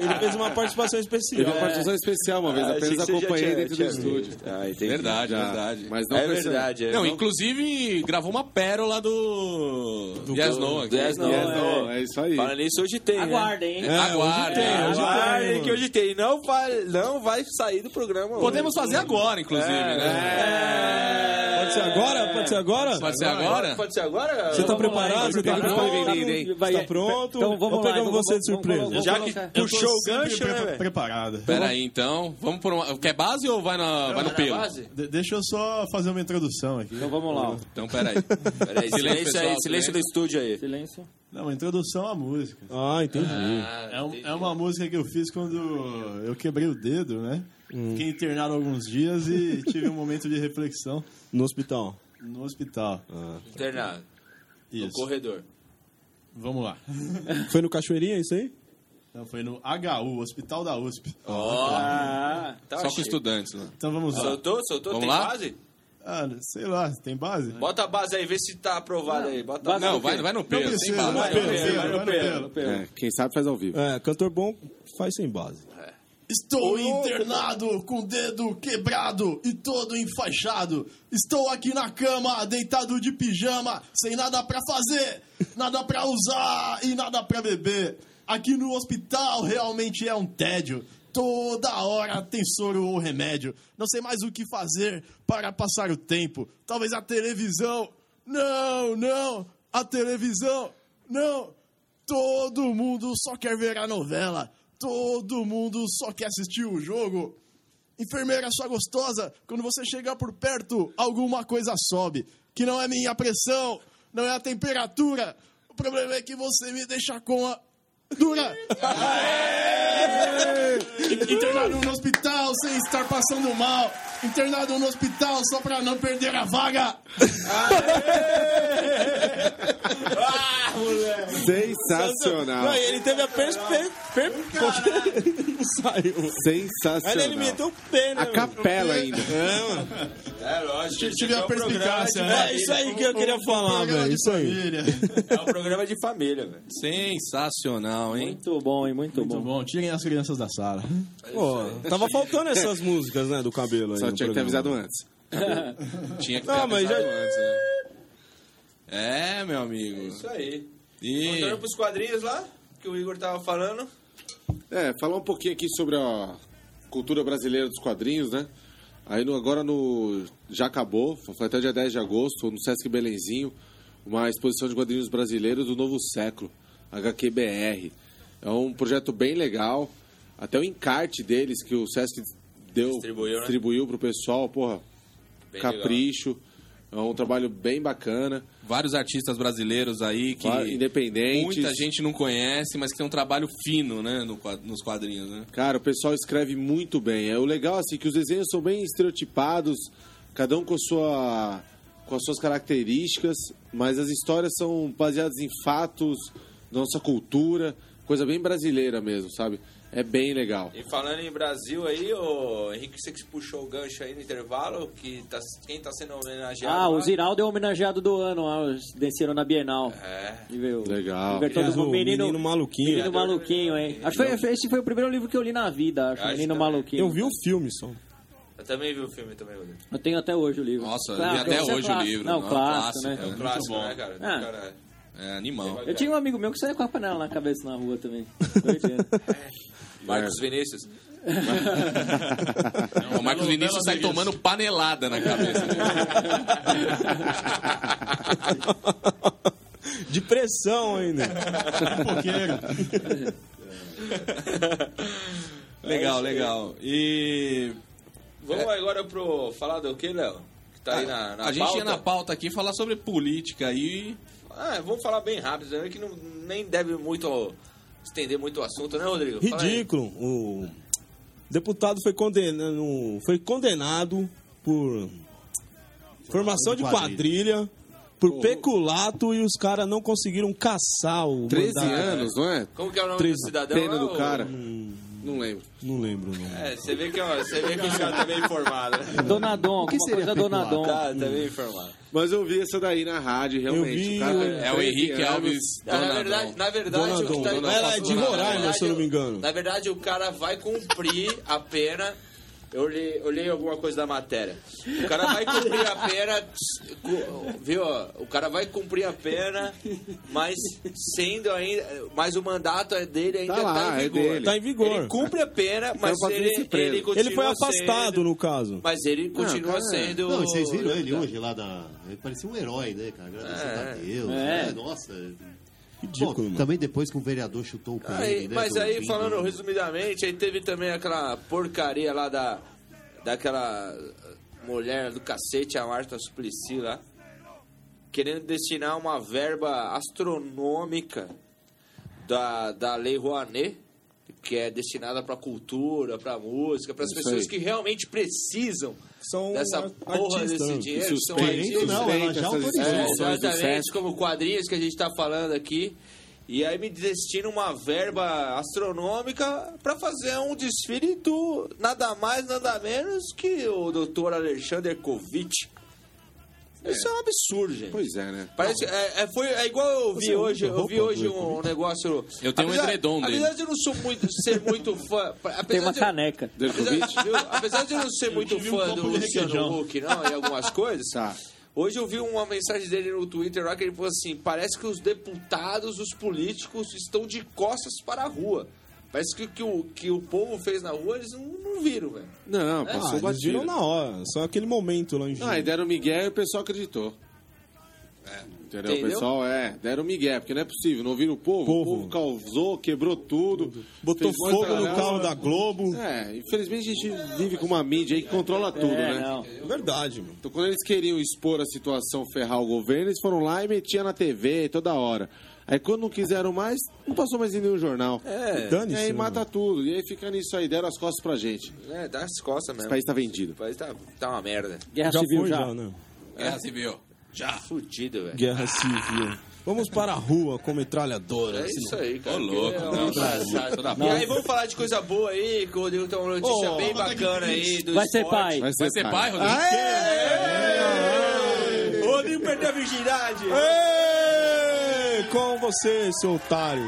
Speaker 3: Ele fez uma participação especial.
Speaker 4: Teve
Speaker 2: É,
Speaker 4: uma participação especial uma vez,
Speaker 5: Ah, achei que
Speaker 4: apenas
Speaker 5: você já
Speaker 4: acompanhei
Speaker 5: tinha-
Speaker 4: dentro do
Speaker 5: tinha
Speaker 4: estúdio.
Speaker 5: visto. Ah, entendi.
Speaker 1: Verdade,
Speaker 4: Já,
Speaker 1: verdade.
Speaker 4: Mas não
Speaker 5: É
Speaker 4: percebeu.
Speaker 5: verdade. é.
Speaker 1: Não, inclusive gravou uma pérola do. Do Yes No aqui. É,
Speaker 5: Do Yes, não,
Speaker 4: Yes,
Speaker 5: é.
Speaker 4: não, é isso aí.
Speaker 5: Fala nisso, hoje tem. né?
Speaker 2: Aguardem, hein?
Speaker 3: É.
Speaker 1: Aguarde.
Speaker 3: tem, hoje
Speaker 5: Aguardem
Speaker 3: tem,
Speaker 5: que hoje tem. Não vai, não vai sair do programa É.
Speaker 1: Podemos fazer agora, inclusive, né?
Speaker 7: É.
Speaker 3: Pode ser agora? Pode ser agora?
Speaker 1: Pode ser agora?
Speaker 5: agora. Pode ser agora?
Speaker 3: Você tá
Speaker 2: Vamos lá,
Speaker 3: preparado?
Speaker 2: hein?
Speaker 3: Você tá
Speaker 2: Vamos lá,
Speaker 3: pronto?
Speaker 2: hein?
Speaker 3: Você tá pronto?
Speaker 2: Então vamos
Speaker 3: Ou
Speaker 2: lá.
Speaker 3: pegamos
Speaker 2: vamos-
Speaker 3: você de
Speaker 2: vamos-
Speaker 3: surpresa?
Speaker 2: vamos-
Speaker 5: Já
Speaker 2: vamos
Speaker 5: que
Speaker 2: colocar-
Speaker 7: Eu tô
Speaker 5: puxou o
Speaker 7: sempre
Speaker 5: gancho, né,
Speaker 7: pre-
Speaker 5: velho?
Speaker 7: Preparado.
Speaker 1: Pera aí, então. Vamos por uma. Quer base ou vai, na... vai no pelo?
Speaker 7: De- deixa eu só fazer uma introdução aqui.
Speaker 2: Então vamos lá. ó.
Speaker 1: Então, pera aí.
Speaker 5: Peraí, silêncio aí, silêncio do estúdio aí.
Speaker 2: Silêncio.
Speaker 7: Não, uma introdução à música.
Speaker 3: Ah, entendi.
Speaker 7: É, um- é uma música que eu fiz quando eu quebrei o dedo, né? Fiquei internado alguns dias e tive um momento de reflexão
Speaker 3: No hospital.
Speaker 7: no hospital.
Speaker 5: Internado.
Speaker 7: Isso.
Speaker 5: corredor.
Speaker 7: Vamos lá.
Speaker 3: Foi no Cachoeirinha isso aí?
Speaker 7: Então, foi no HU, Hospital da USP.
Speaker 2: Ah,
Speaker 5: Tá
Speaker 1: Só com
Speaker 5: cheio.
Speaker 1: estudantes, né?
Speaker 7: Então vamos lá.
Speaker 5: Soltou, soltou,
Speaker 1: Vamos
Speaker 5: tem
Speaker 1: lá?
Speaker 5: base?
Speaker 7: Ah, sei lá, tem base?
Speaker 5: Bota a base aí, vê se tá aprovado aí. Bota a
Speaker 2: Base
Speaker 1: Não, vai, vai no
Speaker 7: Não
Speaker 1: pelo. Sem
Speaker 7: precisa, vai
Speaker 1: base.
Speaker 7: no pelo,
Speaker 5: pelo,
Speaker 7: vai no pelo.
Speaker 4: É, quem sabe faz ao vivo.
Speaker 3: É, cantor bom faz sem base.
Speaker 7: Estou internado com o dedo quebrado e todo enfaixado. Estou aqui na cama, deitado de pijama, sem nada pra fazer, nada pra usar e nada pra beber. Aqui no hospital realmente é um tédio. Toda hora tem soro ou remédio. Não sei mais o que fazer para passar o tempo. Talvez a televisão. Não, não, a televisão. Não, Todo mundo só quer ver a novela. Todo mundo só quer assistir o jogo. Enfermeira sua gostosa, quando você chegar por perto, alguma coisa sobe. Que não é minha pressão, não é a temperatura. O problema é que você me deixa com a. Dura! Internado no hospital sem estar passando mal. Internado no hospital só pra não perder a vaga.
Speaker 4: Sensacional.
Speaker 3: Não, e ele teve a perspectiva. Saiu. Aí
Speaker 4: Sensacional.
Speaker 3: ele meteu
Speaker 5: um
Speaker 3: o pé, né?
Speaker 4: A capela ainda.
Speaker 5: É, lógico.
Speaker 7: Tive a perspicácia,
Speaker 3: mano? É
Speaker 7: né?
Speaker 3: isso aí que eu queria falar,
Speaker 7: Programa
Speaker 3: velho.
Speaker 7: de
Speaker 3: Isso aí.
Speaker 7: família.
Speaker 5: É um programa de família, velho.
Speaker 1: Sensacional, hein?
Speaker 2: muito bom, hein? Muito,
Speaker 7: Muito
Speaker 2: bom.
Speaker 7: bom, tirem as crianças da sala.
Speaker 3: Pô, tava faltando essas músicas, né, do cabelo aí.
Speaker 4: Só
Speaker 3: no
Speaker 4: tinha que ter
Speaker 3: programa.
Speaker 4: avisado antes.
Speaker 1: Tinha que ter
Speaker 3: Não, mas já-
Speaker 1: avisado antes, né? É, meu amigo.
Speaker 5: Isso aí.
Speaker 1: E...
Speaker 5: Voltando pros quadrinhos lá, que o Igor tava falando.
Speaker 4: É, falar um pouquinho aqui sobre a cultura brasileira dos quadrinhos, né? Aí no- agora no. Já acabou, foi até o dia 10 de agosto, no Sesc Belenzinho, uma exposição de quadrinhos brasileiros do novo século, HQBR. É um projeto bem legal. Até o encarte deles que o Sesc deu,
Speaker 5: Distribuiu, né?
Speaker 4: distribuiu pro pessoal, porra,
Speaker 5: Bem
Speaker 4: capricho. É um trabalho bem bacana,
Speaker 1: Vários artistas brasileiros aí que
Speaker 4: claro, independente.
Speaker 1: muita gente não conhece, mas que tem um trabalho fino, né? no quad- nos quadrinhos, né?
Speaker 4: Cara, o pessoal escreve muito bem. É o legal assim que os desenhos são bem estereotipados, cada um com a sua com as suas características, mas as histórias são baseadas em fatos, nossa cultura, coisa bem brasileira mesmo, sabe? É bem legal.
Speaker 5: E falando em Brasil aí, o Henrique, você que puxou o gancho aí no intervalo, que tá, quem tá sendo homenageado? lá?
Speaker 2: Ah, o Ziraldo é o homenageado do ano. Ah, eles desceram na Bienal.
Speaker 5: É.
Speaker 2: E veio.
Speaker 4: Legal.
Speaker 2: Inverteu
Speaker 3: Aliás,
Speaker 2: do
Speaker 3: o
Speaker 2: menino,
Speaker 3: menino né? maluquinho.
Speaker 2: Menino maluquinho, hein? Acho que foi- esse foi o primeiro livro que eu li na vida, acho.
Speaker 5: Acho
Speaker 2: menino
Speaker 5: também.
Speaker 2: maluquinho.
Speaker 3: Eu vi o filme só.
Speaker 5: Eu também vi o filme também, Rodrigo.
Speaker 2: Eu tenho até hoje o livro.
Speaker 1: Nossa, eu
Speaker 2: Claro,
Speaker 1: li até
Speaker 2: esse é
Speaker 1: hoje o
Speaker 2: clássico.
Speaker 1: livro.
Speaker 2: Não,
Speaker 1: né?
Speaker 2: clássico,
Speaker 1: clássico,
Speaker 2: né?
Speaker 1: né?
Speaker 5: Clássico, né, cara?
Speaker 2: Ah.
Speaker 5: Caralho.
Speaker 1: É animal.
Speaker 2: Eu tinha um amigo meu que saía com a panela na cabeça na rua também. Doideira.
Speaker 1: É.
Speaker 5: Marcos Vinícius.
Speaker 1: o Marcos Vinícius sai tomando né? panelada na cabeça.
Speaker 3: De pressão ainda.
Speaker 1: Pipoqueiro. Legal, legal. E.
Speaker 5: Vamos agora pro. Falar do que, Léo? Que tá aí na, na
Speaker 1: É. Ah, a gente tinha
Speaker 5: pauta?
Speaker 1: na pauta aqui falar sobre política e.
Speaker 5: Ah, vamos falar bem rápido, né? Que não, nem deve muito estender muito o assunto, né, Rodrigo? Fala aí.
Speaker 3: Ridículo. O deputado foi condenado, foi condenado por formação de quadrilha, por peculato e os caras não conseguiram caçar o
Speaker 4: 13
Speaker 1: né?
Speaker 3: mandato.
Speaker 4: anos, não é?
Speaker 5: Como que é o nome
Speaker 4: Treze-
Speaker 5: do cidadão?
Speaker 4: Pena
Speaker 5: lá,
Speaker 4: do
Speaker 5: o-
Speaker 4: cara. Não lembro.
Speaker 3: Não lembro, não.
Speaker 5: É, você vê que, ó, você vê que os caras tá bem informado, né?
Speaker 2: Dona Dom, alguma coisa Dona Dom.
Speaker 5: Tá, tá bem informado.
Speaker 4: Mas eu vi essa daí na rádio, realmente.
Speaker 3: vi,
Speaker 4: o cara,
Speaker 3: eu-
Speaker 1: É o
Speaker 4: 13
Speaker 1: Henrique
Speaker 4: anos.
Speaker 1: Alves.
Speaker 5: Não, na
Speaker 1: Donadão.
Speaker 5: verdade, na verdade
Speaker 3: Dona
Speaker 5: o que
Speaker 3: Dom,
Speaker 5: tá
Speaker 3: Dona Dom. Ela é de
Speaker 5: Na
Speaker 3: Roraima,
Speaker 5: verdade,
Speaker 3: se eu não me engano.
Speaker 5: Na verdade, o cara vai cumprir a pena. Eu li, eu li alguma coisa da matéria. O cara vai cumprir a pena, cu- viu? O cara vai cumprir a pena, mas sendo ainda, mas o mandato é dele ainda
Speaker 4: Tá
Speaker 5: tá,
Speaker 4: lá, é
Speaker 5: em vigor.
Speaker 4: dele.
Speaker 3: Tá em vigor.
Speaker 5: Ele cumpre a pena, mas
Speaker 4: pra
Speaker 5: ele,
Speaker 4: vice-preso.
Speaker 5: ele
Speaker 4: Ele
Speaker 5: continua
Speaker 3: Ele foi afastado,
Speaker 5: sendo-
Speaker 3: no caso.
Speaker 5: mas ele continua
Speaker 4: cara,
Speaker 5: sendo.
Speaker 6: Não, vocês viram ele hoje lá da. Ele parecia um herói, né, cara? Agradecendo
Speaker 5: Tá. É.
Speaker 6: a Deus.
Speaker 2: É.
Speaker 6: né? Nossa.
Speaker 3: Ridículo,
Speaker 6: Bom,
Speaker 3: mano.
Speaker 6: também depois que o vereador chutou o PN,
Speaker 5: Aí,
Speaker 6: né,
Speaker 5: mas
Speaker 6: do
Speaker 5: aí,
Speaker 6: fim
Speaker 5: falando
Speaker 6: do-
Speaker 5: resumidamente, aí teve também aquela porcaria lá da. Daquela mulher do cacete, a Marta Suplicy lá. Querendo destinar uma verba astronômica da, da Lei Rouanet, que é destinada pra cultura, pra música, pras
Speaker 4: Isso
Speaker 5: pessoas
Speaker 4: aí.
Speaker 5: que realmente precisam
Speaker 3: São
Speaker 5: dessa
Speaker 3: ar-
Speaker 5: porra
Speaker 3: artistas,
Speaker 5: desse
Speaker 3: né?
Speaker 5: dinheiro. São
Speaker 4: Suspeito,
Speaker 5: artistas.
Speaker 6: Não, ela já
Speaker 4: essas
Speaker 6: autorizou.
Speaker 5: É,
Speaker 4: instituições do
Speaker 5: exatamente,
Speaker 4: SESC.
Speaker 5: como quadrinhos que a gente tá falando aqui. E aí me destina uma verba astronômica pra fazer um desfile do nada mais, nada menos que o Dr. Alexander Kovic. Isso é um absurdo, gente.
Speaker 4: Pois é, né?
Speaker 5: Parece, é, é- foi, é igual eu vi hoje, eu vi hoje um negócio.
Speaker 1: Eu tenho um edredom dele.
Speaker 5: Apesar de eu não sou muito, ser muito fã. pra- Apesar
Speaker 2: Tem uma
Speaker 5: de eu-
Speaker 2: caneca.
Speaker 5: Apesar,
Speaker 4: Derkovic?
Speaker 5: viu? Apesar de eu não ser muito fã do Luciano Huck, não, e algumas coisas,
Speaker 4: Tá.
Speaker 5: hoje eu vi uma mensagem dele no Twitter lá que ele falou assim: parece que os deputados, os políticos estão de costas para a rua. Parece que o que o, que o povo fez na rua eles não, não viram, velho.
Speaker 4: Não,
Speaker 3: Ah,
Speaker 4: passou
Speaker 3: eles
Speaker 4: batido.
Speaker 3: viram na hora. Só aquele momento lá em
Speaker 4: Ah, e
Speaker 3: Junho.
Speaker 4: deram Miguel e o pessoal acreditou. Entendeu?
Speaker 5: Entendeu?
Speaker 4: O pessoal é, deram Miguel, porque não é possível, não ouviram o povo.
Speaker 3: Povo.
Speaker 4: O povo causou, quebrou tudo.
Speaker 3: Botou
Speaker 4: fez um monte
Speaker 3: fogo
Speaker 4: de
Speaker 3: no
Speaker 4: caralho.
Speaker 3: carro da Globo.
Speaker 4: É, infelizmente a gente vive com uma mídia aí que controla tudo,
Speaker 2: É,
Speaker 4: né?
Speaker 2: não.
Speaker 3: Verdade, mano.
Speaker 4: Então quando eles queriam expor a situação, ferrar o governo, eles foram lá e metiam na TV toda hora. Aí quando não quiseram mais, não passou mais em nenhum jornal.
Speaker 5: É,
Speaker 4: E
Speaker 3: Dane-se.
Speaker 4: aí
Speaker 3: né,
Speaker 4: mata tudo. E aí fica nisso aí, deram as costas pra gente.
Speaker 5: é dá as costas mesmo.
Speaker 4: Esse país tá vendido.
Speaker 5: O país tá, tá uma merda.
Speaker 2: Guerra
Speaker 3: mano? Já
Speaker 2: Civil
Speaker 3: foi,
Speaker 2: já.
Speaker 3: já, né?
Speaker 1: Guerra Civil. Já.
Speaker 5: Fudido, velho.
Speaker 3: Guerra Civil. Vamos para a rua com metralhadora.
Speaker 5: É isso aí, cara.
Speaker 1: Ô, louco, né?
Speaker 5: Que é
Speaker 1: não,
Speaker 5: uma palhaçada. E aí, vamos falar de coisa boa aí, que o Rodrigo tem uma notícia
Speaker 3: Ô,
Speaker 5: bem bacana aí. Do
Speaker 2: Vai ser
Speaker 5: esporte.
Speaker 3: É,
Speaker 2: pai.
Speaker 1: Vai ser né? pai, Rodrigo?
Speaker 5: O Rodrigo perdeu a virgindade.
Speaker 2: É.
Speaker 3: Ei, com você, seu otário.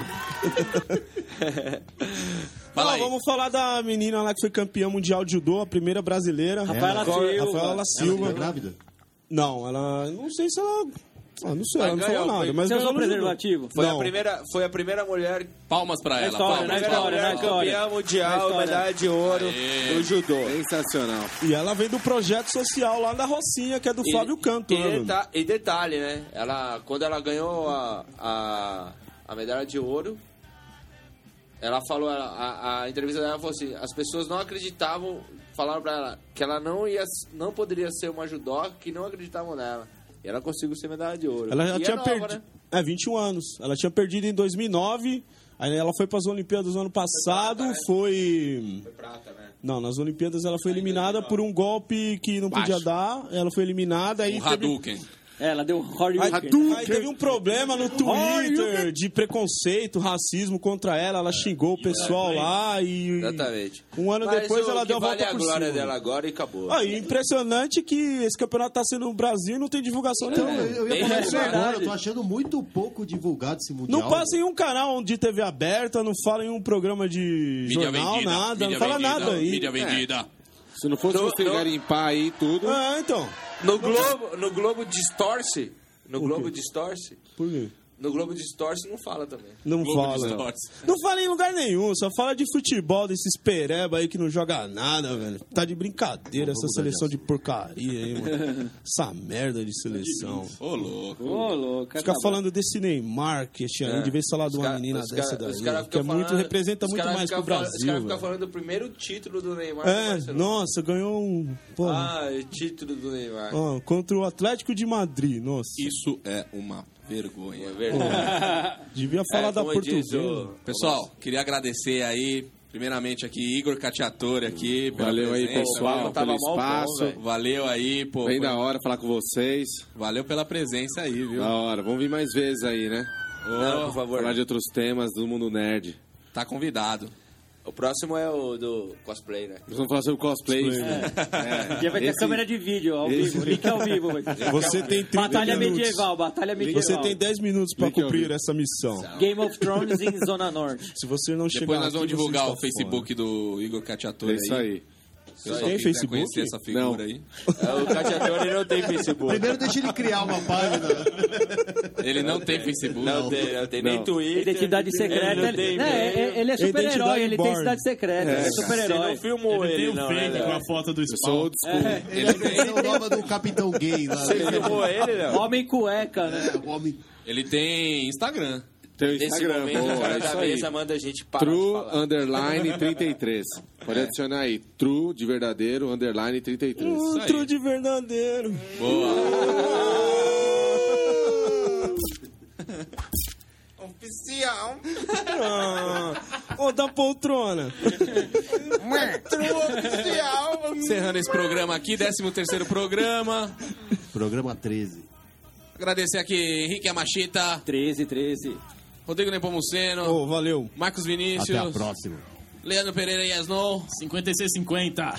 Speaker 1: Fala
Speaker 3: Ah,
Speaker 1: aí.
Speaker 3: vamos falar da menina lá que foi campeã mundial de judô, a primeira brasileira.
Speaker 2: Rafaela
Speaker 3: Qual-
Speaker 2: Silva.
Speaker 3: Rafaela
Speaker 6: Ela tá
Speaker 3: Silva.
Speaker 6: grávida?
Speaker 5: É.
Speaker 3: Não, ela. Não sei se ela. ah, não
Speaker 5: Mas
Speaker 3: sei, ela não
Speaker 5: ganhou,
Speaker 3: falou nada.
Speaker 5: foi-
Speaker 3: Mas
Speaker 2: Você usou
Speaker 3: ganhou no
Speaker 2: um preservativo?
Speaker 3: judô.
Speaker 5: Foi a,
Speaker 3: Não.
Speaker 5: primeira, foi a primeira mulher,
Speaker 1: Palmas pra ela.
Speaker 2: história,
Speaker 5: a
Speaker 1: palmas.
Speaker 2: né?
Speaker 5: primeira
Speaker 2: história,
Speaker 5: mulher
Speaker 2: na história.
Speaker 5: campeã
Speaker 2: Na
Speaker 5: mundial,
Speaker 2: história.
Speaker 5: medalha de ouro
Speaker 1: Aê.
Speaker 5: do judô.
Speaker 4: Sensacional.
Speaker 3: E ela vem do projeto social lá da Rocinha, que é do Fábio Canto,
Speaker 5: e,
Speaker 3: né, mano?
Speaker 5: deta- e detalhe, né? Ela, quando ela ganhou a, a, a medalha de ouro, ela falou, ela- a, a entrevista dela falou assim, as pessoas não acreditavam, falaram pra ela que ela não, ia, não poderia ser uma judoca, que não acreditavam nela. E ela conseguiu ser medalha de ouro.
Speaker 3: Ela já
Speaker 5: E é
Speaker 3: tinha
Speaker 5: nova,
Speaker 3: perdido.
Speaker 5: né?
Speaker 3: É, 21 anos. Ela tinha perdido em 2009. Aí ela foi para as Olimpíadas no ano passado. Foi.
Speaker 5: né? Foi prata, né?
Speaker 3: Não, nas Olimpíadas ela foi eliminada por um golpe que não podia dar. Ela foi eliminada. Aí
Speaker 1: Um
Speaker 3: teve...
Speaker 1: Hadouken.
Speaker 2: É, ela deu Horry
Speaker 3: Aí,
Speaker 2: Wilkins.
Speaker 3: aí teve um problema no Twitter de preconceito, racismo contra ela. Ela xingou o pessoal lá e.
Speaker 5: Exatamente.
Speaker 3: Um ano
Speaker 5: Mas
Speaker 3: depois
Speaker 5: o
Speaker 3: ela
Speaker 5: que
Speaker 3: deu a volta
Speaker 5: vale
Speaker 3: por
Speaker 5: a glória
Speaker 3: cima.
Speaker 5: dela agora e acabou.
Speaker 3: Ah, e impressionante que esse campeonato tá sendo no Brasil e não tem divulgação
Speaker 6: Então,
Speaker 3: nenhuma.
Speaker 6: eu, eu
Speaker 5: Bem
Speaker 6: ia falar isso
Speaker 5: verdade.
Speaker 6: agora, eu tô achando muito pouco divulgado esse mundial.
Speaker 3: Não passa em um canal de TV aberta, não fala em um programa de
Speaker 1: Mídia
Speaker 3: jornal,
Speaker 1: vendida.
Speaker 3: nada,
Speaker 1: mídia
Speaker 3: não fala
Speaker 1: vendida,
Speaker 3: nada é. aí.
Speaker 1: Mídia vendida.
Speaker 4: Se não fosse
Speaker 5: Não,
Speaker 4: você
Speaker 5: não.
Speaker 4: garimpar aí tudo.
Speaker 3: Ah, então.
Speaker 5: No Globo, no Globo distorce. No Globo distorce.
Speaker 3: Por quê?
Speaker 5: No Globo Distorce não fala também.
Speaker 3: Não
Speaker 1: Globo
Speaker 3: fala. Não.
Speaker 1: Distorce.
Speaker 3: não fala em lugar nenhum, só fala de futebol desses pereba aí que não joga nada, velho. Tá de brincadeira essa seleção de porcaria aí, mano. essa merda de seleção.
Speaker 1: Ô, louco.
Speaker 2: Ô, louco. é
Speaker 3: Ficar
Speaker 2: acabou.
Speaker 3: falando desse Neymar, que este ano,
Speaker 5: Tá É.
Speaker 3: de vez falar de
Speaker 5: Os
Speaker 3: uma
Speaker 5: cara-
Speaker 3: menina
Speaker 5: os cara-
Speaker 3: dessa
Speaker 5: os
Speaker 3: daí,
Speaker 5: cara
Speaker 3: que é
Speaker 5: fica
Speaker 3: muito,
Speaker 5: falando-
Speaker 3: representa
Speaker 5: os
Speaker 3: muito
Speaker 5: cara
Speaker 3: mais que
Speaker 5: fica
Speaker 3: o
Speaker 5: falando- Os caras
Speaker 3: Brasil,
Speaker 5: ficam
Speaker 3: velho.
Speaker 5: falando do primeiro título do Neymar. no
Speaker 3: É,
Speaker 5: Barcelona.
Speaker 3: nossa, ganhou um... Pô,
Speaker 5: Ah, título do Neymar.
Speaker 3: ó, contra o Atlético de Madrid, nossa.
Speaker 1: Isso é uma vergonha.
Speaker 5: É verdade.
Speaker 3: Devia falar
Speaker 5: É,
Speaker 3: da
Speaker 5: como diz
Speaker 3: portuguesa.
Speaker 5: o-
Speaker 1: Pessoal, queria agradecer aí, primeiramente aqui, Igor Catiatore aqui. pela
Speaker 4: Valeu aí,
Speaker 1: presença. tá?
Speaker 4: pessoal,
Speaker 5: tava
Speaker 4: pelo
Speaker 5: mal bom,
Speaker 4: espaço.
Speaker 5: velho.
Speaker 1: Valeu aí, pô.
Speaker 4: Bem
Speaker 1: foi-
Speaker 4: da Ah. hora falar com vocês.
Speaker 1: Valeu pela presença aí, viu?
Speaker 4: Da hora. Vamos vir mais vezes aí, né?
Speaker 5: Não, por favor.
Speaker 4: Falar de outros temas do mundo nerd.
Speaker 1: Tá convidado.
Speaker 5: O próximo é o do cosplay, né?
Speaker 4: Nós vamos falar sobre cosplay.
Speaker 3: né?
Speaker 4: Né?
Speaker 2: Um dia vai ter
Speaker 4: Esse-
Speaker 2: câmera de vídeo, ao
Speaker 4: esse-
Speaker 2: vivo. Link ao vivo. vai ter.
Speaker 3: Você tem 30
Speaker 2: Batalha
Speaker 3: minutos.
Speaker 2: medieval, batalha medieval.
Speaker 3: Você tem 10 minutos pra
Speaker 4: Link ao
Speaker 3: cumprir
Speaker 4: vivo.
Speaker 3: essa missão.
Speaker 2: Game of Thrones em Zona Norte.
Speaker 3: Se você não chegar
Speaker 1: Depois nós vamos
Speaker 3: aqui, você
Speaker 1: divulgar
Speaker 3: está
Speaker 1: o Facebook do Igor
Speaker 3: né?
Speaker 1: Catiatore
Speaker 4: É isso aí.
Speaker 1: Pessoal,
Speaker 3: Tem
Speaker 1: quem quiser
Speaker 3: Facebook?
Speaker 1: conhecer essa figura
Speaker 4: Não.
Speaker 1: aí.
Speaker 5: É, O Catiatore não tem Facebook.
Speaker 6: Primeiro deixa ele criar uma página.
Speaker 1: Ele não tem Facebook.
Speaker 5: Não tem, não tem nem
Speaker 4: Não.
Speaker 5: Twitter.
Speaker 2: Identidade
Speaker 5: Ele
Speaker 2: secreta.
Speaker 5: não
Speaker 2: Ele,
Speaker 5: tem
Speaker 2: né,
Speaker 5: e-mail.
Speaker 2: é- é- ele é
Speaker 3: Identidade
Speaker 2: super-herói, ele tem
Speaker 3: born.
Speaker 2: cidade secreta. ele é
Speaker 5: Você
Speaker 2: super-herói.
Speaker 5: não filmou ele,
Speaker 8: Tem um
Speaker 5: não, né,
Speaker 8: fake com
Speaker 5: Léo?
Speaker 8: a foto do
Speaker 4: Eu sou
Speaker 8: Spawn.
Speaker 4: old school.
Speaker 1: Ele tem,
Speaker 6: Esse é o nome do Capitão Gay lá.
Speaker 5: Você filmou ele, Léo?
Speaker 2: É. Homem cueca, né?
Speaker 6: É, o homem
Speaker 1: ele tem Instagram.
Speaker 4: Tem o
Speaker 5: Nesse
Speaker 4: Instagram.
Speaker 5: momento, o
Speaker 4: Boa, é
Speaker 5: cara da
Speaker 4: isso
Speaker 5: mesa
Speaker 4: aí.
Speaker 5: manda a gente parar de
Speaker 4: True
Speaker 5: falar.
Speaker 4: underline 33. Pode adicionar aí. True de verdadeiro underline 33.
Speaker 1: Isso aí.
Speaker 3: de verdadeiro.
Speaker 1: Boa.
Speaker 5: Oficial.
Speaker 3: Ah, ô, da poltrona.
Speaker 5: True oficial.
Speaker 1: Encerrando esse programa aqui, 13 terceiro programa.
Speaker 6: Programa 13.
Speaker 1: Agradecer aqui Henrique Amachita,
Speaker 2: 13, 13.
Speaker 1: Rodrigo Nepomuceno,
Speaker 3: Ô, valeu.
Speaker 1: Marcos
Speaker 6: Até a
Speaker 1: Vinícius,
Speaker 6: próxima.
Speaker 1: Leandro Pereira e Asnou.
Speaker 8: 56,50.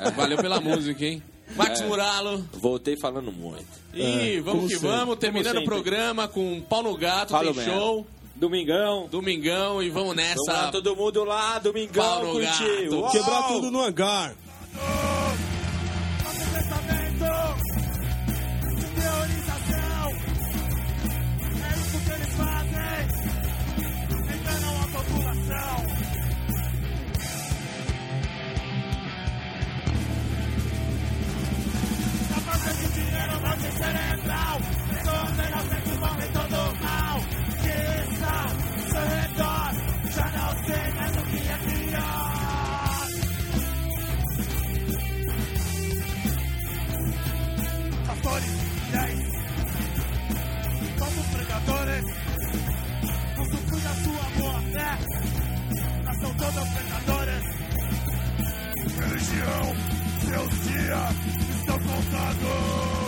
Speaker 1: É, valeu pela música, hein? Max Muralo.
Speaker 5: Voltei falando muito.
Speaker 1: E vamos
Speaker 3: como
Speaker 1: que
Speaker 3: sempre.
Speaker 1: vamos, terminando o
Speaker 2: sempre.
Speaker 1: programa com pau no gato,
Speaker 5: Fala
Speaker 1: tem
Speaker 5: mesmo.
Speaker 1: show,
Speaker 2: Domingão.
Speaker 1: domingão e vamos nessa.
Speaker 5: Vamos lá, todo mundo lá,
Speaker 1: Pau
Speaker 5: domingão,
Speaker 1: no
Speaker 5: curtir.
Speaker 1: gato.
Speaker 5: Uau!
Speaker 3: Quebrar tudo no hangar.
Speaker 8: Teorização. É isso que eles fazem. Enganam a população. A falta de dinheiro não te cerebral. Condena sempre mal em todo mal. Que está ao seu redor. Já não sei mais o que é pior. pastores, leis, como pregadores, usufrui da sua boa fé, mas são todos pecadores. Religião, seus dias estão contados.